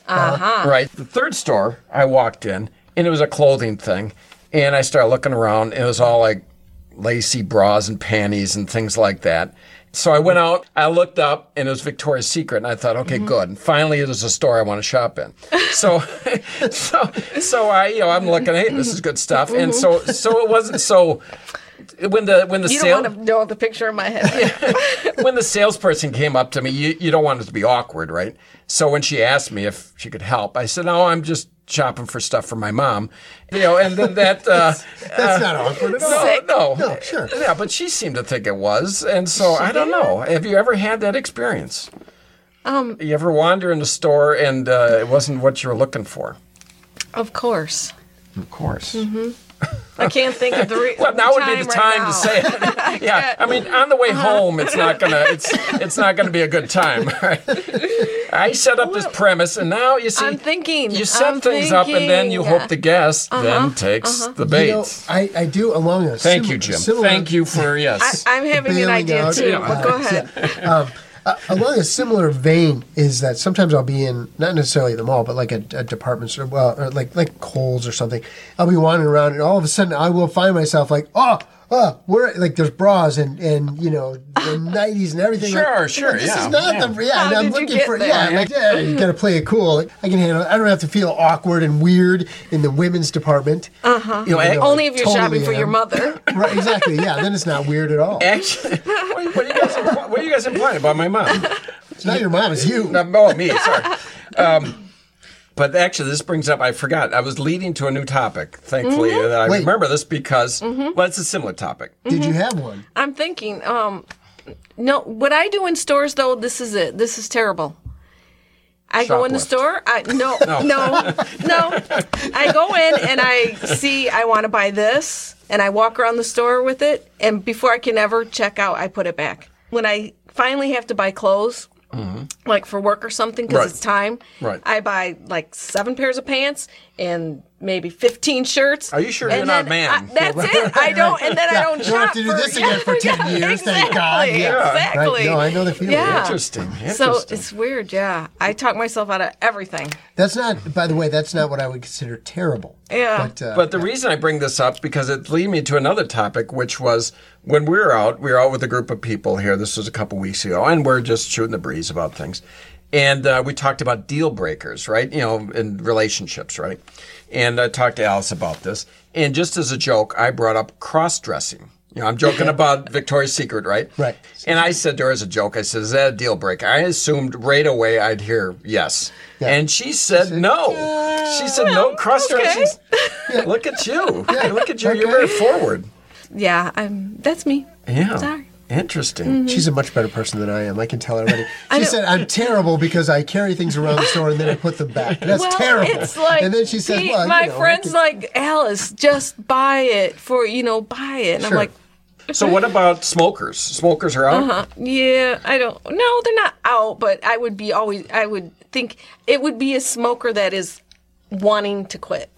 D: Ah.
B: Right. The third store I walked in, and it was a clothing thing. And I started looking around, and it was all like lacy bras and panties and things like that. So I went out, I looked up, and it was Victoria's Secret, and I thought, okay,
D: Mm-hmm.
B: good. And finally, it is a store I want to shop in. So, so, so I, you know, I'm looking, hey, this is good stuff. And so, so it wasn't so. When the when the
D: Mm-hmm. You
B: sale
D: don't want to know the picture in my head.
B: when the salesperson came up to me, you, you don't want it to be awkward, right? So when she asked me if she could help, I said, "No, I'm just shopping for stuff for my mom," you know. And then that, uh,
C: That's not awkward at all.
B: no, no,
C: No, sure.
B: yeah, but she seemed to think it was, and so I don't know. Have you ever had that experience? Um, you ever wander in a store and uh, it wasn't what you were looking for?
D: of course.
B: Of course.
D: Mm-hmm. I can't think of the re-
B: Well, now would be the
D: right
B: time
D: now. Uh-huh.
B: to say it. yeah, I mean, on the way home, it's not gonna, it's, it's not gonna be a good time. I set up this premise, and now you see,
D: I'm thinking.
B: you set
D: I'm
B: things up, and then you
D: thinking. Uh-huh.
B: hope the guest then takes the bait.
C: You know, I, I do along a
B: Thank
C: similar-
B: you, Jim.
C: similar-
B: Thank you for yes.
D: I'm having an
C: bailing
D: idea
C: out.
D: too,
C: Yeah.
D: but go ahead.
C: Uh, along a similar vein is that sometimes I'll be in not necessarily the mall, but like a, a department store, well, or like like Kohl's or something. I'll be wandering around, and all of a sudden, I will find myself like, oh, oh, where like there's bras and and you know the nineties and everything.
B: Sure,
C: Like,
B: sure,
C: this
B: yeah,
C: is not
B: yeah.
C: the yeah. and
D: How
C: I'm
D: did you
C: looking
D: get
C: for
D: there?
C: yeah. I'm like, yeah, you gotta play it cool. Like, I can handle. it. I don't have to feel awkward and weird in the women's department. Uh
D: Uh-huh.
C: huh.
B: You know, ac-
D: Only if you're shopping for your mother.
C: Right, exactly. Yeah, then it's not weird at all.
B: actually, what, what, are you guys impl- what are you guys implying about my mom?
C: It's not your mom, it's you.
B: No, oh, me, sorry. Um, but actually, this brings up, I forgot, I was leading to a new topic, thankfully.
D: Mm-hmm.
B: and I
C: Wait.
B: remember this because, well, it's a similar topic.
C: Did you have one?
D: I'm thinking, um, no, what I do in stores though, this is it. This is terrible. I go in the
B: Shoplift.
D: store. I no, no, no, I go in and I see I want to buy this, and I walk around the store with it, and before I can ever check out, I put it back. When I finally have to buy clothes, like for work or something, because
B: Mm-hmm. Right.
D: it's time.
B: Right.
D: I buy like seven pairs of pants and maybe fifteen shirts.
B: Are you sure you're not a
D: then
B: man?
D: I- that's it. I don't, and then I don't
C: We'll
D: shop
C: have to do
D: for-
C: this again for 10 years,
D: Exactly,
C: thank God. Yeah.
D: Exactly.
C: Right? No, I know the feeling.
D: Yeah.
B: Interesting. Interesting.
D: So it's weird, yeah. I talk myself out of everything.
C: That's not, by the way, that's not what I would consider terrible.
D: Yeah.
C: But, uh,
B: but the reason I bring this up because it lead me to another topic, which was when we were out, we were out with a group of people here. This was a couple weeks ago, and we're just shooting the breeze about things. And uh, we talked about deal breakers, right? You know, in relationships, right? And I talked to Alice about this. And just as a joke, I brought up cross dressing. You know, I'm joking about Victoria's Secret, right?
C: Right.
B: And I said to her as a joke, I said, Is that a deal breaker? I assumed right away I'd hear yes. And she said no. she said no, cross her.
D: okay.
B: She's, Look at you. Look at you. You're very forward.
D: Yeah, I'm. That's me.
B: Yeah.
D: Sorry. Mm-hmm.
B: Interesting.
C: She's a much better person than I am. I can tell already. She
D: don't-
C: said, "I'm terrible because I carry things around the store and then I put them back. That's
D: well,
C: terrible."
D: It's like
C: and then she says,
D: he-
C: "Well, you
D: my
C: know, I
D: friend's
C: can-
D: like Alice, just buy it for you know, buy it." And
C: Sure.
D: I'm like,
B: So what about smokers? Smokers are out.
D: uh, "Yeah, I don't. No, they're not out, but I would be always. I would think it would be a smoker that is wanting to quit."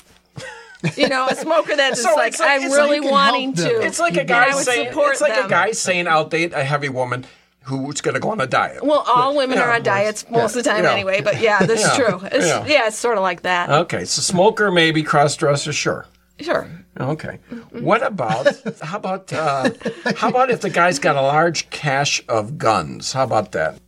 D: You know, a smoker that's
B: So
D: just like
B: it's like-
D: I'm
B: it's like
D: really
C: you can
D: wanting
C: help them.
D: to.
B: It's like a
D: and
B: guy
D: I would
B: saying
D: support
B: it's like
D: them.
B: a guy saying I'll date a heavy woman who's going to go on a diet.
D: Well, all women
B: Yeah,
D: are on diets most of the time
B: Yeah.
D: anyway, but yeah, that's
B: Yeah. Uh,
D: true. It's,
B: Yeah.
D: yeah. it's sort of like that.
B: Okay, so smoker maybe cross dresser sure.
D: sure.
B: Okay. What about how about uh, how about if the guy's got a large cache of guns? How about that?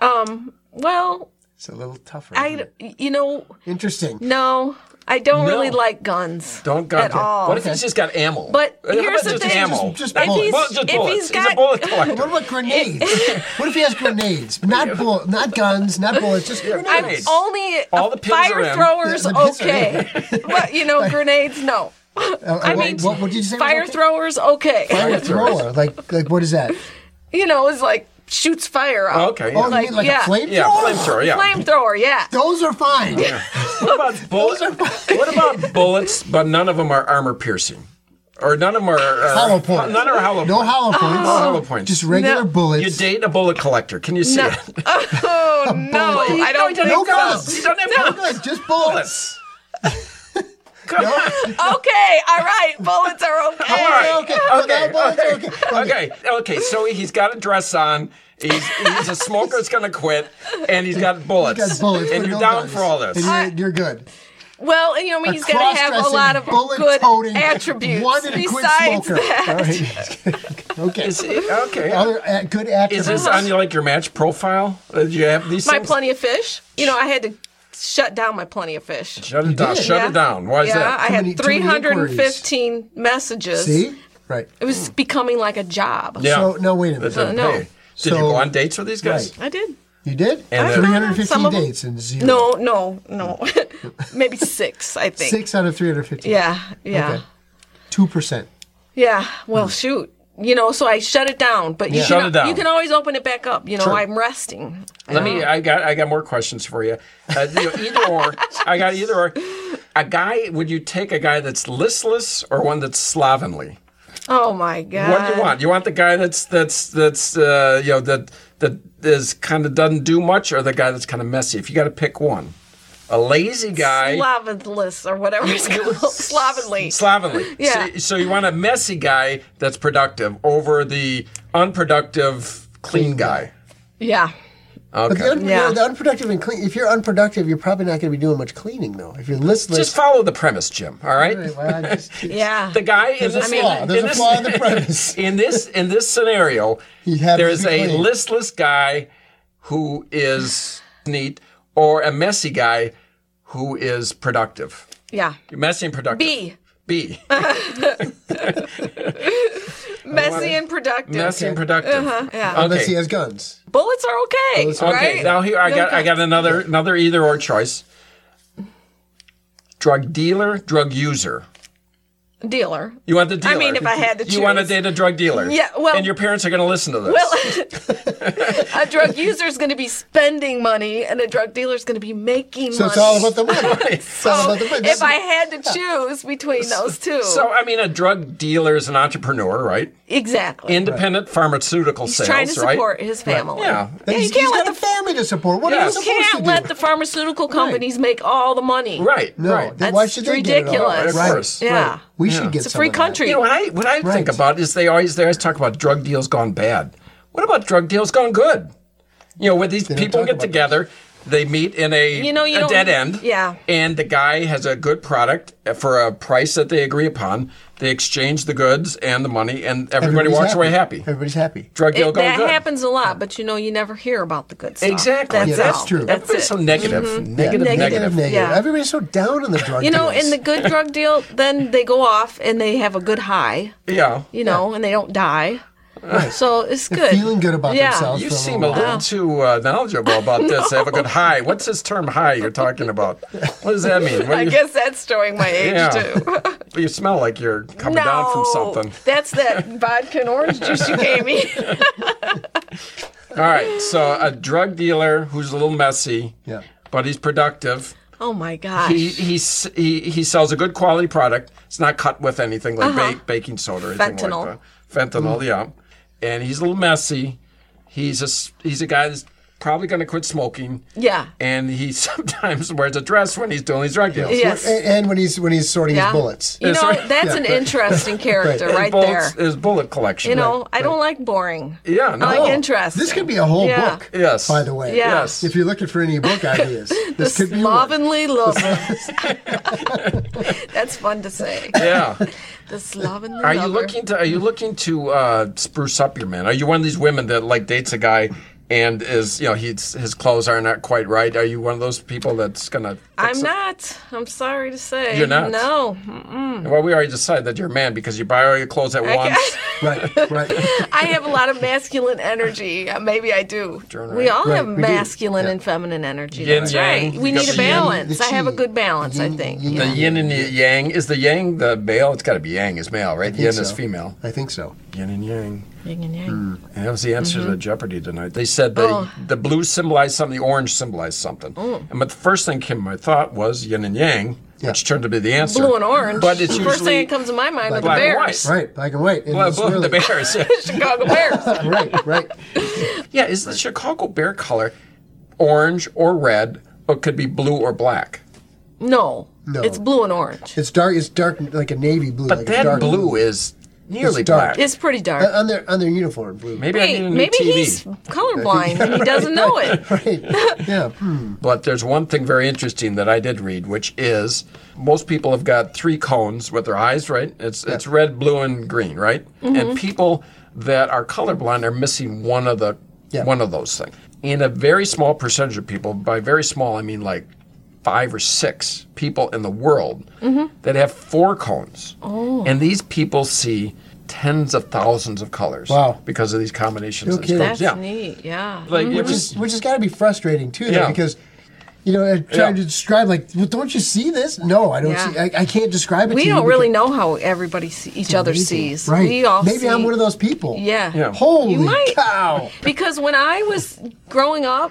D: Well,
C: It's a little tougher.
D: I you know
C: Interesting.
D: no, I don't really
B: No.
D: like guns.
B: Don't gun.
D: at all.
B: What if he's just got ammo? Uh,
D: But
B: How about
D: here's the
B: just
D: thing.
B: ammo.
C: Just- just
B: Like,
C: bullets.
B: bullets, just
D: If
B: bullets.
D: he's
B: he's a
D: got-
B: bullet collector.
C: What about grenades? what if he has grenades, but not bull, not guns, not bullets, just
D: I'm
C: grenades?
B: grenades.
D: only
B: All
D: all
B: the
D: the
B: pins are
D: fire
B: in.
D: throwers
C: Yeah, the pins are
D: okay, but you know grenades no.
C: Uh, uh,
D: I
C: what,
D: mean,
C: what, what did you say? was
D: Fire
C: okay?
D: throwers okay.
C: Fire thrower. Like like what is that?
D: You know, it's like shoots fire out.
B: Okay. Yeah.
C: Oh, you
D: Like, oh,
C: mean like
D: yeah.
C: a flamethrower?
B: Yeah, flamethrower. Yeah.
D: Flamethrower, yeah.
C: Those are fine.
B: What about bullets? what about bullets? But none of them are armor piercing, or none of them are uh,
C: Hollow points.
B: None are hollow.
C: No
B: points.
C: hollow points.
B: No hollow points.
C: Just regular
D: Oh. No.
B: you
C: bullets.
B: date a bullet collector. Can you see
D: No.
B: it?
D: Oh no, I don't think
C: no
D: so.
C: guns.
B: You don't have
C: No
B: no
C: guns, just bullets.
B: bullets. Come on.
D: Okay, all right, bullets are okay.
B: All right.
C: Okay, okay, okay, okay,
B: Okay, okay. So he's got a dress on. He's, he's a smoker that's gonna quit, and he's got bullets.
C: Got bullets,
B: and
C: but
B: you're
C: no
B: down
C: guns.
B: for all this.
C: And you're, you're good.
D: Well, and you know, I mean, he's going to have a
C: Cross-dressing,
D: lot of
C: bullet-toting,
D: good attributes
C: wanted to quit
D: besides
C: smoker.
D: that.
C: All right. okay.
B: Is it- okay.
C: Other uh, good attributes.
B: Is this on your like your match profile? Uh, Do you have these
D: My
B: things?
D: plenty of fish. You know, I had to shut down my plenty of fish.
B: Shut it down.
C: did.
B: Shut
D: Yeah.
B: it down. Why is
D: yeah,
B: that?
D: I
C: Too
D: had
C: many- too many
D: 315 messages.
C: See? Right.
D: It was becoming like a job.
B: Mm. Yeah.
C: So no, wait a minute.
B: That doesn't
D: no.
B: pay. Did
C: So-
B: you go on dates with these guys?
C: Right.
D: I did.
C: You did?
B: And then-
C: 315
D: Some of 'em-
C: dates and zero.
D: No, no, no. Maybe six, I think.
C: Six out of 315.
D: Yeah, yeah.
C: Okay. 2%.
D: Yeah. Well, shoot. You know, so I shut it down, but you
B: Hmm. Shut
D: can,
B: it down.
D: You can always open it back up. You know,
B: True.
D: I'm resting.
B: Let me. I got. I got more questions for you. Uh, you know, either or. I got either or. A guy. Would you take a guy that's listless or one that's slovenly?
D: Oh my god.
B: What do you want? You want the guy that's that's that's uh, you know that that is kind of doesn't do much, or the guy that's kind of messy? If you got to pick one, a lazy guy,
D: Slavenless or whatever it's called. Slovenly.
B: slovenly.
D: Yeah.
B: So, so you want a messy guy that's productive over the unproductive clean guy.
D: yeah.
C: But the,
B: Okay.
C: un-
D: Yeah.
C: the unproductive and clean. If you're unproductive, you're probably not going to be doing much cleaning, though. If you're listless.
B: Just follow the premise, Jim. All right.
C: Right, well, I just-
D: Yeah.
B: The guy in
C: There's a
B: this
C: flaw.
B: in
C: There's a
B: this-
C: flaw in the premise.
B: in this in this scenario,
C: He had to
B: there's
C: be
B: a
C: clean.
B: listless guy who is neat, or a messy guy who is productive.
D: yeah.
B: You're messy and productive.
D: B.
B: B.
D: Messy and productive. Uh-huh,
B: messy and productive.
D: yeah.
C: Unless he
B: Okay.
C: has guns.
D: Bullets are okay, right?
B: Okay. Now here I got I got another another either or choice. Drug dealer, drug user.
D: Dealer.
B: You want the dealer.
D: I mean, if I had to
B: you want to
D: choose.
B: date a drug dealer.
D: Yeah, well-
B: and your parents are going to listen to this.
D: Well, a drug user is going to be spending money, and a drug dealer is going to be making
C: So
D: money.
C: it's all about the money. It's all
D: So
C: about the money.
D: if I had to choose between those two,
B: so I mean, a drug dealer is an entrepreneur, right?
D: exactly,
B: Independent pharmaceutical
D: he's
B: sales,
D: trying to
B: right?
D: support his family.
B: Yeah.
D: Yeah,
C: he's,
D: you can't
C: he's
D: let
C: got
D: the
C: a family to support. What are
B: Yeah.
C: you
D: You
C: supposed to
D: can't
C: do?
D: let the pharmaceutical companies make all the money.
B: Right.
C: no,
B: Right.
C: then why
D: That's
C: should they get it all?
D: ridiculous.
B: Of
C: Right,
B: course.
D: Yeah.
C: right. We should get
D: It's a
C: some
D: free
C: of that.
D: country.
B: You know what I what I
C: Right.
B: think about is they always they always talk about drug deals gone bad. What about drug deals gone good? You know, where these
C: don't
B: people
C: talk
B: get
C: about
B: together, They meet in a
D: You know, you
B: a
D: don't-
B: dead end.
D: yeah.
B: And the guy has a good product for a price that they agree upon. They exchange the goods and the money, and everybody
C: Everybody's
B: walks away happy.
C: Everybody's happy.
B: Drug deal
D: It,
B: going
D: that
B: good.
D: happens a lot, but you know, you never hear about the good stuff.
B: Exactly.
D: That's,
C: Yeah, that's
D: all.
C: true.
D: That's
B: Everybody's
D: it. Mm-hmm.
B: so negative. Negative,
D: Yeah.
B: negative.
C: Negative, negative.
D: Yeah.
C: Everybody's so down on the drug
D: You know,
C: deals.
D: in the good drug deal, then they go off and they have a good high,
B: Yeah.
D: you know, and they don't die. So it's good.
C: feeling good about
D: yeah.
C: themselves.
B: You
C: for a
B: seem a
C: little
B: little too uh, knowledgeable about this. They have a good high. What's this term high you're talking about? What does that mean? What do
D: I
B: you,
D: guess that's showing my age
B: Yeah.
D: too.
B: you smell like you're coming down from something.
D: that's that vodka and orange juice you gave me.
B: All right. So a drug dealer who's a little messy,
C: Yeah.
B: but he's productive.
D: oh my gosh.
B: He, he s- he he sells a good quality product. It's not cut with anything like ba- baking soda or anything
D: Uh-huh. Fentanyl. Mm-hmm.
B: like that. Fentanyl, yeah. And he's a little messy. He's a s- he's a guy that's probably going to quit smoking.
D: yeah.
B: And he sometimes wears a dress when he's doing these drug deals.
D: Yes.
C: And, and when he's when he's sorting
D: yeah.
C: his bullets.
D: You
B: That's
D: know,
B: right.
D: that's an interesting character
B: His
D: right there.
B: bullets- His bullet collection.
D: You know, I don't like boring.
B: Yeah, no.
D: I like interesting.
C: This could be a whole
D: Yeah.
C: book.
B: Yes.
C: By the way.
D: Yeah.
B: Yes.
C: If you're looking for any book ideas,
D: The
C: this could be one.
D: slovenly lover. That's fun to say.
B: yeah.
D: The slovenly
B: Are
D: lover.
B: you looking to Are you looking to uh, spruce up your man? Are you one of these women that like dates a guy and is you know he's his clothes are not quite right? Are you one of those people that's gonna? fix
D: I'm
B: it?
D: not. I'm sorry to say.
B: You're not?
D: No. Mm.
B: Well, we already decided that you're a man because you buy all your clothes at once.
C: Right. Right.
D: I have a lot of masculine energy. Uh, Maybe I do.
B: Darn
D: We all
C: Right,
D: have
C: we do.
D: masculine
C: Yeah.
D: and feminine energy.
B: Yin
D: That's
B: yang.
D: right. We
B: You got
D: need a
B: the yin,
D: balance.
C: the
D: I have a
C: chi.
D: good balance, I
C: Yin,
D: think.
C: yin,
D: Yeah.
B: The yin and the yang is the yang the male. It's got to be yang is male, right? Yin is
C: so.
B: female.
C: I think so.
B: Yin and yang.
D: Yin and yang.
C: Hmm.
B: And that was the answer to Jeopardy tonight. Mm-hmm. They said the,
D: Oh.
B: the blue symbolized something, the orange symbolized something. And but the first thing came to my thought was yin and yang, which turned to be the answer.
D: Blue and orange.
B: But it's usually
D: first thing that comes to my mind with the
B: black and white.
D: bears.
C: Right. Black and white. And
B: Well,
C: it's
B: blue and the
C: really-
B: bears. Yeah,
D: Chicago bears.
C: Right. Right.
B: yeah is the Chicago bear color orange or red, or could be blue or black?
D: No.
C: No.
D: It's blue and orange.
C: It's dark. It's dark, like a navy blue.
B: But
C: like a
B: that
C: dark
B: blue, is nearly
C: It's dark.
B: black.
D: It's pretty dark.
C: on their on their uniform blue.
B: Maybe I
D: Wait,
B: need a new
D: maybe
B: TV.
D: he's colorblind and he doesn't know it.
C: Right. Yeah. Hmm.
B: But there's one thing very interesting that I did read, which is most people have got three cones with their eyes, right? It's it's red, blue, and green, right?
C: Mm-hmm.
B: And people that are colorblind are missing one of the
C: Yeah.
B: one of those things. In a very small percentage of people, by very small I mean like five or six people in the world
C: Mm-hmm.
B: that have four cones,
C: Oh.
B: and these people see tens of thousands of colors
C: Wow.
B: because of these combinations.
C: kidding.
B: and
D: That's
B: stuff. yeah,
D: neat. Yeah.
B: like it
C: Which
B: was
C: is which has got to be frustrating too, though,
B: Yeah.
C: because you know, I'm trying
B: Yeah.
C: to describe like, well, don't you see this? No, I don't
D: Yeah.
C: see. I, I can't describe it.
D: we
C: to you
D: don't really
C: because-
D: know how everybody see, each other sees.
C: Right.
D: We all
C: Maybe I'm
D: see-
C: one of those people.
D: Yeah.
B: Yeah.
C: Holy
D: You might.
C: cow!
D: Because when I was growing up,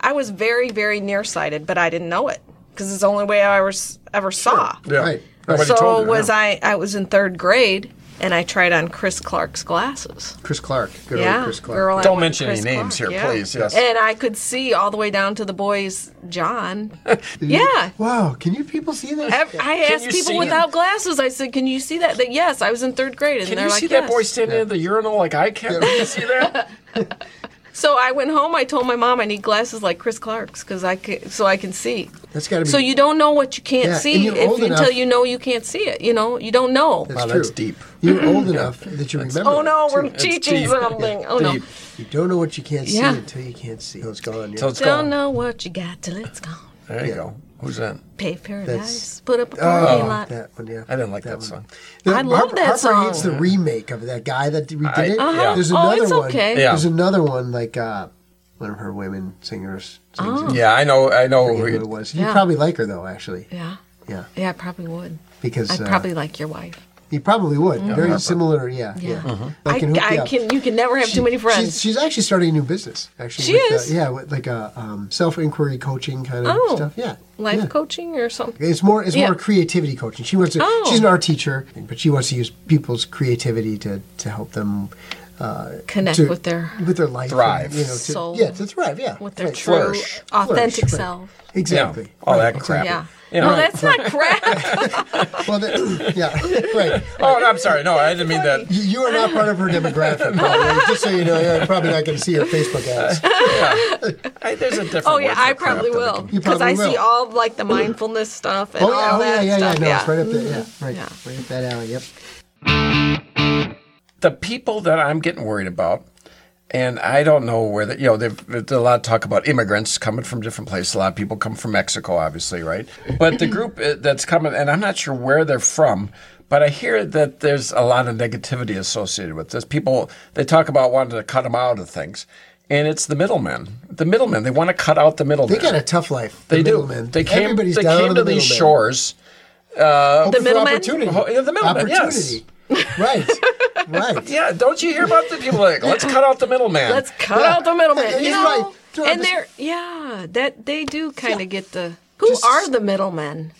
D: I was very, very nearsighted, but I didn't know it because it's the only way I ever, s- ever saw.
B: yeah.
C: Mm-hmm. Right.
B: Nobody
D: So
B: told you,
D: was
B: yeah.
D: I? I was in third grade, and I tried on Chris Clark's glasses.
C: Chris Clark. Good old
D: yeah,
C: Chris Clark.
D: girl, I
B: Don't
D: went
B: mention any
D: Chris
B: names
D: Clark,
B: here,
D: yeah.
B: please, yes.
D: And I could see all the way down to the boys, John. yeah.
C: Wow. Can you people see this?
D: Ev- I asked
B: you
D: people
B: see
D: without glasses. I said, "Can you see that?" That yes, I was in third grade, and
B: Can
D: they're
B: you
D: like,
B: see
D: yes.
B: that boy standing in the urinal like I can? Can you see that?
D: So I went home. I told my mom I need glasses like Chris Clark's because I can, so I can see.
C: That's got to be.
D: So you don't know what you can't
C: Yeah, and
D: see
C: you're
D: if,
C: old
D: until
C: enough-
D: you know you can't see it. You know, you don't know.
C: That's
B: Wow,
C: true.
B: that's deep.
C: You're old enough that you remember.
D: Oh
C: that,
D: no, we're
C: too.
D: teaching
B: deep.
D: something. Oh no,
B: Deep.
C: You don't know what you can't
D: Yeah.
C: see until you can't see. Until it's gone. Yeah.
B: So it's
D: don't
B: gone.
D: know what you got till it's gone.
B: There you go. Who's that?
D: Pay paradise,
C: That's-
D: put up a parking
C: Oh,
D: lot.
C: that one, yeah.
B: I didn't like that, song.
D: I love
C: Harper,
D: that
C: Harper
D: song.
C: hates the remake of that guy that redid
B: I-
C: it.
B: Uh-huh.
C: There's
D: Oh,
C: another
D: it's
C: one.
D: okay.
B: Yeah.
C: There's another one like uh, one of her women singers. Sings it.
B: Yeah, I know. I know.
C: I forget who
B: who-
C: it was. You
D: Oh. Yeah.
C: probably like her though, actually.
D: Yeah,
C: Yeah,
D: yeah, I probably would.
C: because
D: I'd
C: uh,
D: probably like your wife.
C: you probably would. Very
B: Harper.
C: similar. Yeah, yeah.
D: Yeah.
B: Mm-hmm.
C: I
D: I,
C: can hook you
D: I
C: up.
D: can. You can never have too many
C: She's,
D: friends.
C: she's actually starting a new business. Actually,
D: She
C: with, uh,
D: is?
C: yeah, with like a um, self inquiry coaching kind of
D: Oh.
C: stuff. Yeah,
D: Life
C: yeah.
D: coaching or something.
C: It's more it's
D: Yeah.
C: more creativity coaching. She wants to.
D: Oh.
C: She's an art teacher, but she wants to use people's creativity to to help them uh,
D: Connect
C: to-
D: with their
C: with their life, and,
B: Thrive.
C: you know, to,
D: Soul.
C: yeah, to thrive, yeah,
D: with their
C: Right.
D: true
B: flourish.
D: authentic
C: Flourish, right.
D: self.
C: exactly,
B: Yeah. All
C: Right,
B: that crap.
D: Yeah.
B: You
D: No,
B: know.
D: that's not crap.
C: Well, the, yeah, right.
B: Oh, no, I'm sorry. No, I didn't mean that.
C: You, you are not part of her demographic, probably. Just so you know, you're probably not going to see her Facebook ads.
B: Yeah. I, there's a different.
D: oh
B: word
D: yeah,
B: for
D: I
B: crap
D: probably
B: that we
D: will
B: can-
C: You
D: because I
C: probably
D: see
C: will.
D: all of, like the mindfulness stuff and
C: Oh yeah,
D: all
C: oh yeah, yeah,
D: that
C: yeah.
D: stuff.
C: No,
D: yeah. Mm-hmm.
C: it's right up there. Yeah, right,
D: Yeah.
C: right up that alley. Yep.
B: The people that I'm getting worried about, and I don't know where that. You know, they've- there's a lot of talk about immigrants coming from different places. A lot of people come from Mexico, obviously, right? But the group uh, that's coming, and I'm not sure where they're from. But I hear that there's a lot of negativity associated with this. People they talk about wanting to cut them out of things, and it's the middlemen. The middlemen they want to cut out the middlemen.
C: They got a tough life. the
B: They do.
C: middlemen.
B: They came.
C: Everybody's
B: they
C: down
B: came
C: on
B: to
C: the
B: these
C: middleman.
B: shores.
C: Hoping for
D: middlemen?
C: Opportunity.
B: Oh, yeah, the middlemen,
C: Opportunity. Right. Right.
B: Yeah, don't you hear about the people like let's cut out the middleman?
D: Let's cut
C: Yeah.
D: out the middleman.
C: He's
D: you know?
C: right. Throw
D: And
C: this-
D: they're yeah, that they do kind of get the who are the middlemen?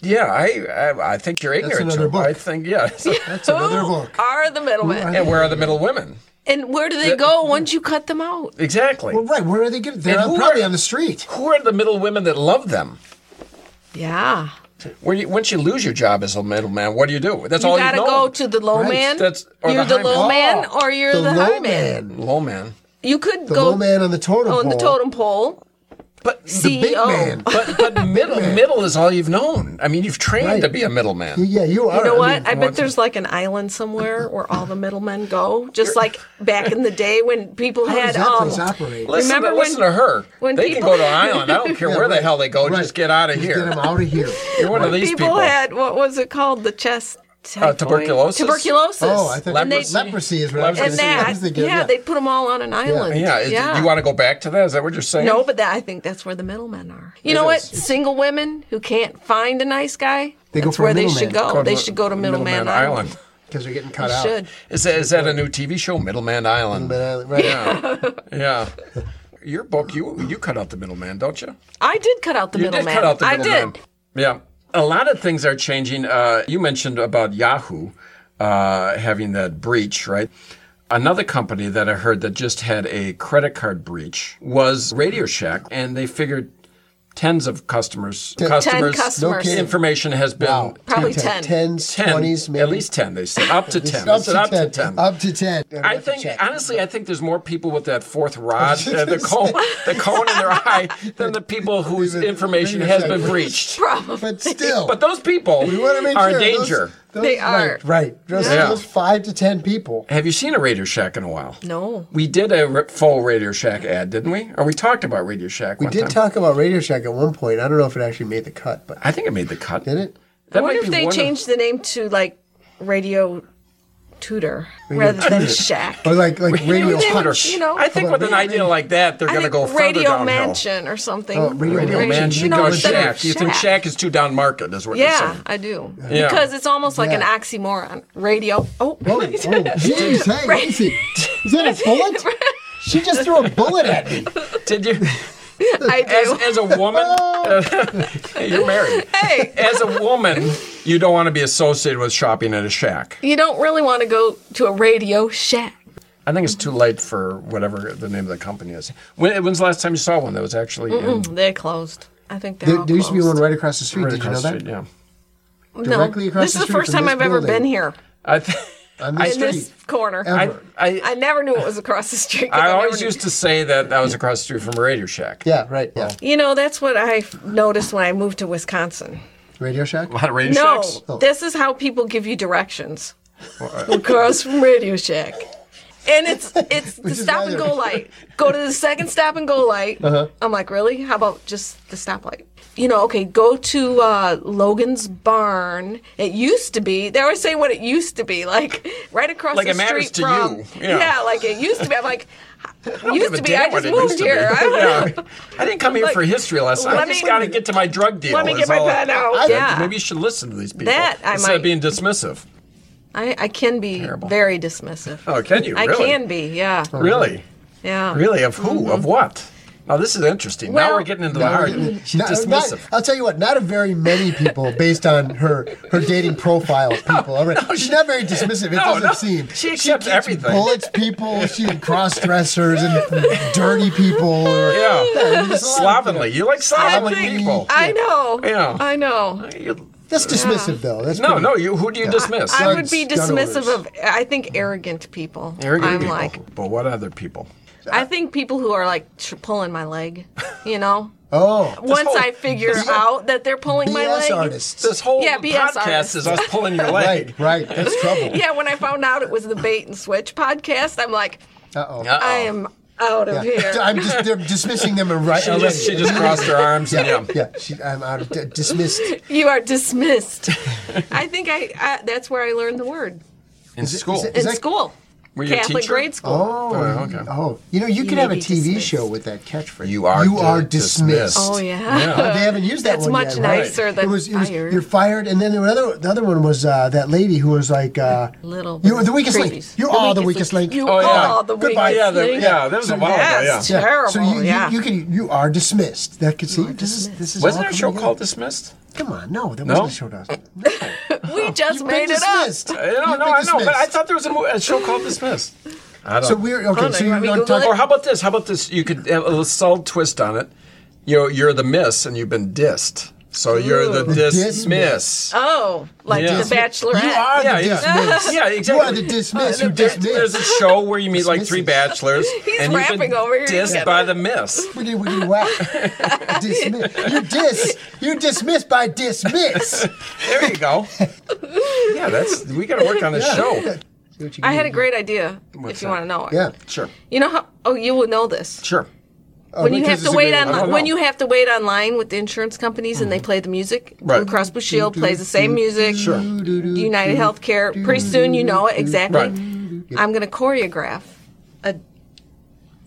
B: Yeah, I, I I think you're ignorant.
C: another
B: to it.
C: book.
B: I think yeah.
C: That's
D: who
C: another book.
D: are the middlemen?
B: and where are the middle women?
D: and where do they go once you cut them out?
B: Exactly.
C: Well, right. Where are they getting? They're
B: And who
C: on, probably
B: are-
C: on the street.
B: Who are the middle women that love them?
D: Yeah,
B: Where you, once you lose your job as a middleman, what do you do? That's
D: you
B: all
D: gotta
B: you know.
D: go to the low
C: Right.
D: man.
B: That's- or
D: you're
B: the
D: the,
B: high
D: low
B: man.
D: man, or you're
C: The
D: the, high
C: low
D: man.
C: man.
B: low man.
D: You could
C: The
D: go
C: low man on the totem
D: on the
C: pole.
D: totem pole. E
B: But
D: CEO.
C: man.
B: but but middle middle is all you've known. I mean, you've trained to be a middleman.
C: Yeah, you are.
D: You know
C: I
D: what?
C: mean,
D: I bet
B: what's-
D: there's like an island somewhere where all the middlemen go, just like back in the day when people
C: how
D: had
C: does that
D: um,
C: place operate?
B: Listen,
D: Remember
B: to,
D: when-
B: listen to her.
D: when
B: they can
D: people-
B: go to an island. I don't care where the
C: right,
B: hell they go.
C: right.
B: Just get out of
C: Just
B: here.
C: Get them out of here.
B: You're one of these
D: people,
B: people. Uh,
D: had what was it called? The chest typhoid?
B: tuberculosis?
D: Tuberculosis.
C: Oh, I think
D: and they,
B: Leprosy.
C: leprosy is what I was
B: And
C: going
D: and
C: to say. I
D: that,
C: was thinking,
D: yeah, they put them all on an island.
B: yeah, is- You want to go back to that? Is that what you're saying?
D: no, but that, I think that's where the middlemen are. You know what?
B: is.
D: Single women who can't find a nice guy.
C: They go
D: that's
C: for a
D: where they
C: middleman.
D: should go.
B: Go
D: they should go to middleman, Island.
C: because they're getting cut out.
D: Should.
B: Is that, is that a new TV show, Middleman Island?
C: But, uh, right.
B: Yeah. Your book, you you cut out the middleman, don't you?
D: I did cut out the
B: You
D: middleman.
B: did cut out the
D: I
B: middleman.
D: did.
B: Yeah. A lot of things are changing. Uh, you mentioned about Yahoo uh, having that breach, right? Another company that I heard that just had a credit card breach was Radio Shack, and they figured tens of customers, customers,
D: customers.
C: kidding.
B: information has been
C: Wow.
D: Probably 10.
C: 10s,
B: 10,
C: 20s, maybe.
B: at least 10, they said. Up to 10. They
C: Up
B: said
C: to,
B: up to
C: 10.
B: 10.
C: Up to 10.
B: I think honestly, I think there's more people with that fourth rod, uh, the
C: gonna
B: cone, the cone in their eye, than the people whose
C: Leave it-
B: information
C: leave it
B: has
C: aside.
B: been breached.
C: But still.
B: But those people
C: we want to make
B: are
C: sure
B: in
C: those-
B: danger.
C: those-
D: They are.
C: Right. right. Those,
B: Yeah.
C: those 5 to 10 people.
B: Have you seen a Radio Shack in a while?
D: No.
B: We did a r- full Radio Shack ad, didn't we? Or we talked about Radio Shack.
C: We
B: one
C: did
B: time.
C: talk about Radio Shack at one point. I don't know if it actually made the cut, but
B: I think it made the cut.
C: did it?
B: That might
D: I wonder
B: be
D: if they
B: one of-
D: changed the name to like Radio Tutor rather than Shack.
C: Or like like Radio
D: they-
C: Hot.
D: you know,
B: I think
C: How about
B: with an
C: Radio-
B: idea like that, they're
D: I
B: going to go
D: think
B: further
D: Radio
B: downhill.
D: Mansion or something.
C: Oh, Radio
B: Radio
C: Mansion.
B: Mansion
D: You know,
B: or
D: instead of
B: Shack. You think Shack is too down market? Is what you're
D: Yeah,
B: saying?
D: I do.
B: Yeah.
D: Because it's almost like
C: Yeah.
D: an oxymoron. Radio. Oh,
C: Oh, oh, jeez, hey,
D: Right.
C: is, it, is that a bullet? She just threw a bullet at me.
B: Did you?
D: I
B: as,
D: do.
B: as a woman, you're married.
D: hey,
B: As a woman, you don't want to be associated with shopping at a shack.
D: you don't really want to go to a Radio Shack.
B: I think it's too late for whatever the name of the company is. When, when's the last time you saw one that was actually in
D: They closed. I think they're
C: There,
D: all
C: there used to be one
D: closed.
C: right across the street.
B: right
C: Did you know
B: across the
C: that?
B: street? Yeah,
C: directly
D: no,
C: across
D: this
C: the
D: is the
C: street
D: first
C: from
D: time
C: this
D: I've ever
C: building.
D: been here
B: I, th-
C: On
D: in
C: this
D: this
C: street.
D: corner.
C: Ever.
B: I,
D: I,
B: I,
D: I never knew it was across the street. 'cause
B: I
D: never
B: always
D: knew-
B: used to say that that was across the street from a Radio Shack.
C: Yeah, right. Yeah.
D: You know, that's what I noticed when I moved to Wisconsin.
C: Radio Shack?
B: A lot of Radio
D: No,
B: Shacks.
C: Oh.
D: this is how people give you directions across from Radio Shack. And it's it's the
C: Which is
D: stop
C: why
D: and
C: they're-
D: go light. Go to the second stop and go light.
C: Uh-huh.
D: I'm like, really? How about just the stoplight? You know, okay, go to uh, Logan's Barn. It used to be. They always say what it used to be, like right across
B: Like
D: the
B: it matters
D: street
B: to
D: from.
B: you, yeah.
D: like it used to be. I'm like,
B: Give
D: used
B: a
D: to be.
B: damn
D: I
B: what
D: just
B: it
D: moved
B: used to be.
D: here. I don't know.
B: yeah. I didn't come here for a history lesson. I
D: let
B: just
D: me-
B: got to get to my drug deal.
D: Let me
B: is
D: get my
B: all.
D: pen out.
C: I-
D: yeah,
B: Maybe you should listen to these people
D: That I
B: instead of
D: might.
B: being dismissive.
D: I, I can be
B: Terrible.
D: very dismissive.
B: Oh, can you?
D: I
B: really?
D: can be, yeah,
B: Really?
D: yeah.
B: Really? Of who? Of what? Now this is interesting. now
D: Mm-hmm. Well-
B: we're getting into the
C: Now we're
B: hard.
C: getting-
B: She's
C: not-
B: dismissive.
C: not- I'll tell you what, not a very many people, based on her her dating profile, of people. already. she's not very dismissive. It
B: No,
C: doesn't
B: no.
C: seem.
B: She accepts
C: keeps
B: everything.
C: Bullets people. She had cross dressers and dirty people. Or,
B: yeah.
C: there's a lot of
B: Slovenly. You like slovenly
D: Slovenly.
B: people.
D: I know.
B: Yeah.
D: I know.
B: You-
C: That's dismissive, though. That's
B: No,
C: pretty-
B: no. You. Who do you dismiss?
D: I would be
C: Gun orders.
D: dismissive of, I think, arrogant people.
B: Arrogant
D: I'm
B: people.
D: like,
B: but what other people?
D: I think people who are like tr- pulling my leg, you know?
C: Oh,
D: Once
B: whole-
D: I figure out that they're pulling my
C: BS
D: leg.
C: artists.
B: This whole
D: Yeah, BS
B: podcast
D: artist.
B: is us pulling your leg.
C: Right, right. That's trouble.
D: Yeah, when I found out it was the Bait and Switch podcast, I'm like,
C: Uh oh.
B: Uh-oh.
D: I am out of here.
C: I'm just they're dismissing them right
B: She just, she just crossed her arms. And, yeah.
C: yeah, she, I'm out of d- dismissed.
D: You are dismissed. I think I, I that's where I learned the word
B: In school.
C: it-
D: in
C: Is that-
D: school,
B: Were you a
D: Catholic
B: teacher?
D: grade school.
C: Oh,
B: Oh, okay.
C: oh, you know, you, could
D: may
C: have a
D: be
C: TV
D: dismissed.
C: show with that catchphrase.
B: You are
C: you are
B: d-
C: dismissed.
B: dismissed.
D: Oh yeah.
C: They haven't used that
D: That's
C: one
D: much
C: yet, right?
D: nicer than
C: it was, it was,
D: fired.
C: You're fired, and then the other the other one was uh, that lady who was like uh,
D: Little
C: You were the weakest link.
D: creepies.
C: You are the weakest link.
D: You
B: Oh, yeah.
D: are the
C: Goodbye.
D: weakest
B: Yeah, the,
D: link.
B: yeah, that was a while ago.
D: Yes.
B: Yeah.
D: Terrible,
C: So you, you-
D: yeah.
C: you, can you are dismissed. That could see this is this is
B: Wasn't
C: all
B: there a show
C: coming
B: called
C: together.
B: Dismissed?
C: Come on, no, that
B: No?
C: wasn't a show. That
D: We just made it
B: I
D: up.
B: don't know. I know, but I thought there was a, mo- a show called Dismissed. I don't.
C: So we're
D: Hold
C: okay.
D: on,
C: So
D: you
C: you're
D: want me to
C: not
D: Google
C: talking.
B: or how about this? How about this? You could have a little subtle twist on it. You're you're the miss, and you've been dissed. So you're the
D: Ooh.
B: dismiss.
C: Dismiss.
D: Oh, like
B: Yeah.
D: the Bachelorette.
C: You are
B: Yeah,
C: the
B: yeah.
C: dismissed.
B: Yeah,
C: You are
B: exactly. Uh,
C: the dismissed who
B: There- There's a
C: dismissed.
B: show where you meet like three
C: Dismisses.
B: bachelors,
D: He's
B: and you've been
D: rapping over here.
B: dissed by the miss.
C: We did, we did whack. dismiss. You dis. You dismissed by dismiss.
B: There you go. yeah, that's we got to work on this show.
C: See what you
D: I
C: can
D: had
C: do.
D: a great idea.
B: What's
D: if you
B: that?
D: want to know it,
C: Yeah.
B: Sure,
D: You know how? Oh, you will know this.
B: sure.
C: Oh,
D: When you
C: because
D: have to
C: it's a
D: wait
C: great
B: I
C: one.
D: online,
B: don't
D: when
B: know.
D: you have to wait online with the insurance companies and they
C: Mm-hmm.
D: play the music,
B: Right.
D: Blue Cross Blue Shield plays the same music.
B: Sure.
D: United Healthcare. Pretty soon, you know it exactly.
B: Right.
D: I'm going to choreograph a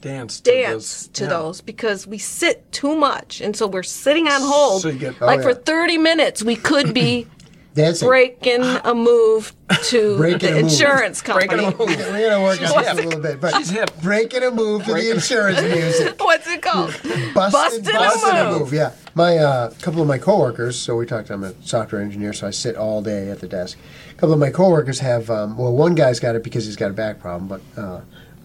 B: Dance, to
D: dance
B: those-
D: to
B: yeah.
D: those because we sit too much, and so we're sitting on hold.
B: So you get-
D: like
C: Oh,
D: for
C: yeah.
D: 30 minutes, we could be
C: Dancing.
D: breaking a move to
C: Breaking
D: the
C: a move.
D: insurance
B: Breaking
D: company.
B: a move.
C: We're gonna work on this a little bit, but
B: She's hip.
C: breaking a move to the insurance music.
D: What's it called?
C: Busted,
D: Busted a
C: busted
D: move.
C: Yeah, my uh, couple of my coworkers. So we talked. I'm a software engineer, so I sit all day at the desk. A couple of my coworkers have. Um, well, one guy's got it because he's got a back problem, but uh,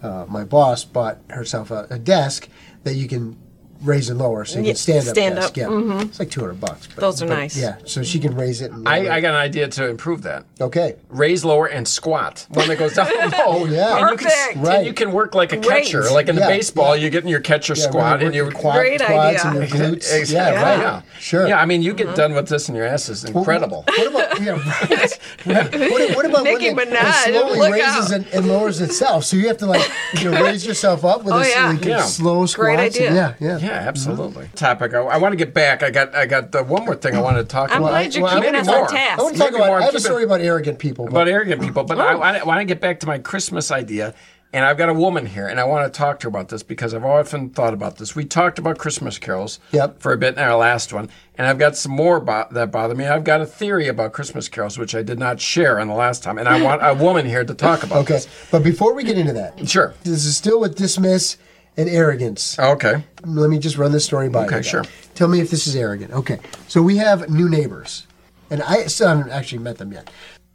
C: uh, my boss bought herself a, a desk that you can raise and lower, so you
D: Yeah,
C: can stand up.
D: stand
C: desk.
D: up, mm-hmm.
C: Yeah, it's like 200 bucks. But,
D: Those are
C: but,
D: nice.
C: Yeah, so she can raise it. And
B: I, I got an idea to improve that.
C: okay.
B: Raise lower and squat. One that goes down low.
C: yeah.
B: And you can,
D: Perfect.
B: and
C: Right.
B: you can work like a catcher.
D: Great.
B: Like in
C: Yeah,
B: baseball, you get in your catcher
C: Yeah,
B: squat
C: we're
B: and
C: gonna
B: you
C: work your quad,
D: Great
C: quads
D: idea.
C: and your glutes.
B: Exactly.
C: Yeah, right.
D: Yeah.
C: Sure.
B: Yeah, I mean, you get
D: Mm-hmm.
B: done with this and your ass is incredible.
C: What about yeah, right. Right. What, what about
D: Nicki
C: when it,
D: Minaj,
C: it slowly
D: look
C: raises
D: out.
C: and, and lowers itself? So you have to like you know raise yourself up with
D: Oh,
C: a s-
D: yeah.
C: like, a
B: Yeah.
C: slow squats.
D: Great idea.
C: and- yeah, Mm-hmm. yeah.
B: Yeah, absolutely. Topic. I, I want to get back. I got. I got uh, one more thing I want to talk
D: I'm
B: about.
D: glad you're
C: well,
D: keeping
B: maybe
D: us on
B: more.
D: task.
C: I want to talk
B: Maybe
C: about.
B: more
C: I have a
B: keep it-
C: story about arrogant people. But
B: about arrogant people, but
C: Oh.
B: I, I, want to get back to my Christmas idea. And I've got a woman here, and I want to talk to her about this because I've often thought about this. We talked about Christmas carols
C: Yep.
B: for a bit in our last one, and I've got some more bo- that bother me. I've got a theory about Christmas carols which I did not share on the last time, and I want a woman here to talk about
C: okay,
B: this.
C: but before we get into that,
B: Sure.
C: this is still with dismiss and arrogance.
B: Okay.
C: Let me just run this story by you.
B: Okay,
C: guys.
B: sure.
C: Tell me if this is arrogant. Okay, so we have new neighbors, and I still haven't actually met them yet.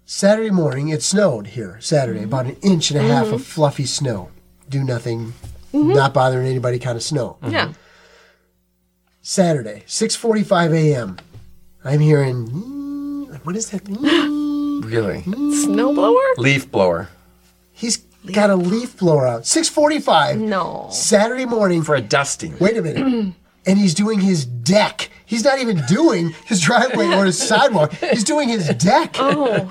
C: Saturday morning, it snowed here. Saturday, about an inch and a half of fluffy snow. Do nothing, not bothering anybody, kind of snow.
D: Yeah.
C: Saturday, six forty-five a.m. I'm hearing. "Mm," What is that? "Mm."
B: Really?
D: Snowblower?
B: Leaf blower
C: He's got a leaf blower out. Six forty-five.
D: No.
C: Saturday morning.
B: for a dusting.
C: wait a minute. and he's doing his deck. He's not even doing his driveway or his sidewalk. He's doing his deck. Oh.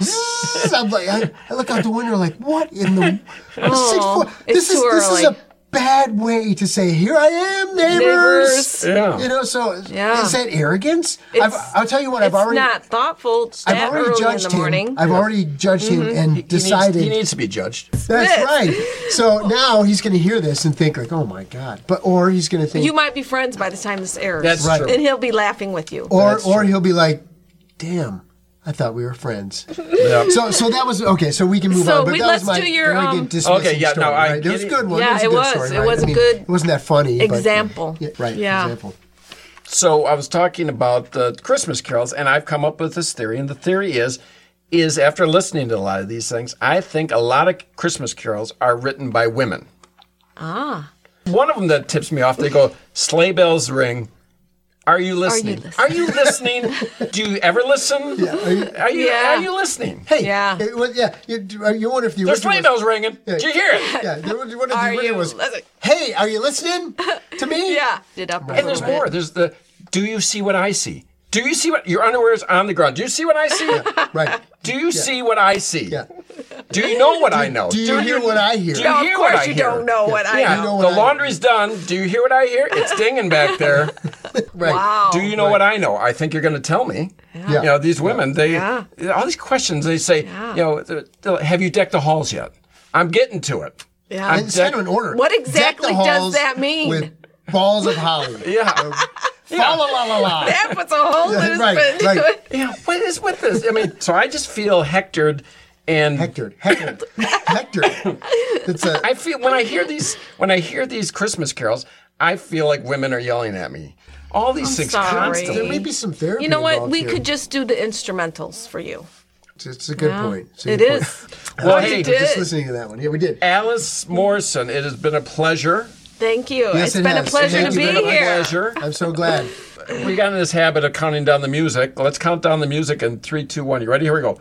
C: I'm like, I, I look out the window, like, what in the? Oh,
D: it's
C: this is
D: too
C: this is
D: early.
C: a bad way to say, here I am, neighbors.
D: Neighbors.
B: Yeah.
C: You know, so
D: Yeah.
C: is that arrogance? I've,
D: It's-
C: I'll tell you what, I've
D: it's
C: already.
D: not thougful. It's
C: I've
D: that
C: already
D: early in
C: judged
D: the
C: him.
D: morning. Mm-hmm.
C: I've already judged him and
B: He needs-
C: decided
B: he needs to be judged.
C: that's
D: Yes.
C: right. So now he's going to hear this and think like, "Oh my god!" But or he's going to think,
D: you might be friends by the time this airs.
B: That's
C: Right.
B: true.
D: And he'll be laughing with you.
C: or
B: That's
C: or he'll be like, "Damn, I thought we were friends.
B: Yep.
C: So, so that was okay. So we can move
D: So
C: on. But
D: we-
C: that
D: let's
C: was my
D: do your,
C: arrogant,
D: um,
C: dismissing
B: Okay, yeah, no,
C: story,
B: I
C: right? It was a
B: get
C: good one.
D: Yeah,
C: it was a
D: it
C: good
D: was.
C: story.
D: It
C: right?
D: was
C: I
D: a
C: mean,
D: good
C: It wasn't that funny. but-
D: example.
C: yeah, right.
D: Yeah.
C: Example.
B: So I was talking about the Christmas carols, and I've come up with this theory. And the theory is, is after listening to a lot of these things, I think a lot of Christmas carols are written by women.
D: Ah.
B: One of them that tips me off, they go, "Sleigh bells ring." Are you listening? Are you listening? Do you ever listen? Are you? Are you,
D: Yeah.
B: listening?
C: Hey.
D: Yeah.
C: It was, yeah. You, uh, you wonder if the
B: There's sleigh
C: original was,
B: bells ringing. Did you hear it?
C: yeah, the, what if the
D: Are you
C: original was,
D: listen-
C: hey, are you listening to me?
D: Yeah. Did up. a
B: And
D: little
B: there's
D: bit.
B: more. There's the do you see what I see? Do you see what your underwear is on the ground? Do you see what I see?
C: Right.
B: Do you see what I see?
C: Yeah.
B: Do you know what I know?
C: Do you hear what I hear?
B: do
D: No,
B: hear
D: of
B: what
D: course
B: I
D: you
B: hear?
D: don't know what I
B: Yeah,
D: know.
C: know
B: the
C: what I
B: laundry's done. Do you hear what I hear? It's dinging back there.
C: Right.
D: Wow.
B: Do you know what I know? I think you're going to tell me.
C: Yeah.
B: You know, these women, they
D: Yeah.
B: all these questions. They say, you know, they're- they're like, have you decked the halls yet? I'm getting to it.
D: Yeah.
B: I'm
C: Instead
B: deck-
C: of an order.
D: What
C: deck the
D: exactly does
C: halls
D: that mean?
C: With balls of holly.
B: Yeah.
C: Fa la la la la.
D: that puts a whole new
C: Right,
D: spin to
C: right.
D: it.
B: yeah. What is with this? I mean, so I just feel hectored, and
C: Hectored. Hectored. Hectored. It's a.
B: I feel when I hear these when I hear these Christmas carols, I feel like women are yelling at me. All these things
D: sorry.
C: there
B: constantly.
C: may be some therapy.
D: You know what?
C: involved
D: We
C: here.
D: could just do the instrumentals for you.
C: It's- It's a good point. It's a
D: It
C: good point.
D: is.
B: Well,
C: I
B: hey,
C: was Just
D: did.
C: listening to that one. Yeah, we did.
B: Alice Morrison, it has been a pleasure.
D: Thank you.
C: Yes,
D: it's
C: it
D: been
C: has.
D: a pleasure
C: Thank
D: to
C: you
D: be
B: It's been a
D: here.
B: pleasure.
C: I'm so glad.
B: We got in this habit of counting down the music. Let's count down the music in three, two, one. You ready? Here we go.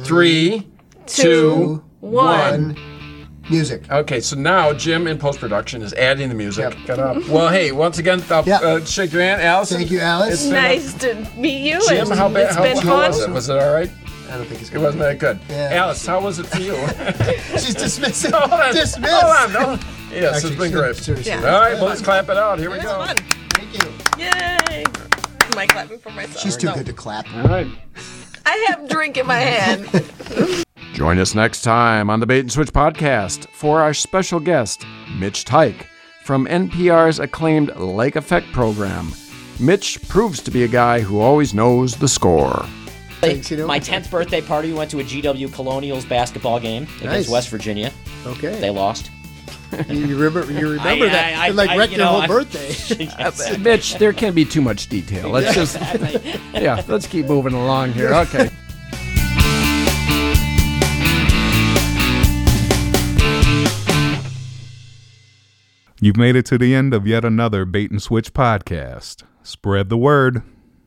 B: Three, two,
D: two,
B: one.
D: one.
C: Music.
B: Okay, so now Jim in post production is adding the music.
C: Yep.
B: Got up. Well, hey, once again, uh,
C: Yeah.
B: uh, shake your hand, Allison.
C: Thank you, Alice.
B: It's been a-
D: Nice to meet you.
B: Jim,
D: and
B: how bad?
D: it's
B: how,
D: been
B: how
D: fun.
B: was it? Was it all right?
C: I don't think it's
B: It
C: good.
B: wasn't that good.
C: Yeah.
B: Alice, how was it for you?
C: She's dismissing.
B: Hold on.
C: Dismissed.
B: Hold on. No. Yes,
C: Actually,
B: it's been
C: ser-
B: great.
C: seriously,
D: Yeah.
B: All right, well, let's clap it out. Here we
D: It
B: go.
D: was fun.
C: Thank you.
D: Yay. Am I clapping for myself?
C: She's too
D: No.
C: good to clap.
D: I have drink in my hand.
E: Join us next time on the Bait and Switch podcast for our special guest, Mitch Tyke, from NPR's acclaimed Lake Effect program. Mitch proves to be a guy who always knows the score.
C: Thanks, you know.
F: My 10th birthday party, we went to a GW Colonials basketball game
C: Nice.
F: against West Virginia. They
C: Okay.
F: lost.
C: You, you remember, you remember
F: I-
C: that.
F: I-
C: it like
F: I-
C: wrecked
F: you
C: your
F: know,
C: whole
F: I-
C: birthday.
E: Uh, Mitch, there can be too much detail. Let's just, yeah, let's keep moving along here. Okay.
A: You've made it to the end of yet another Bait and Switch podcast. Spread the word.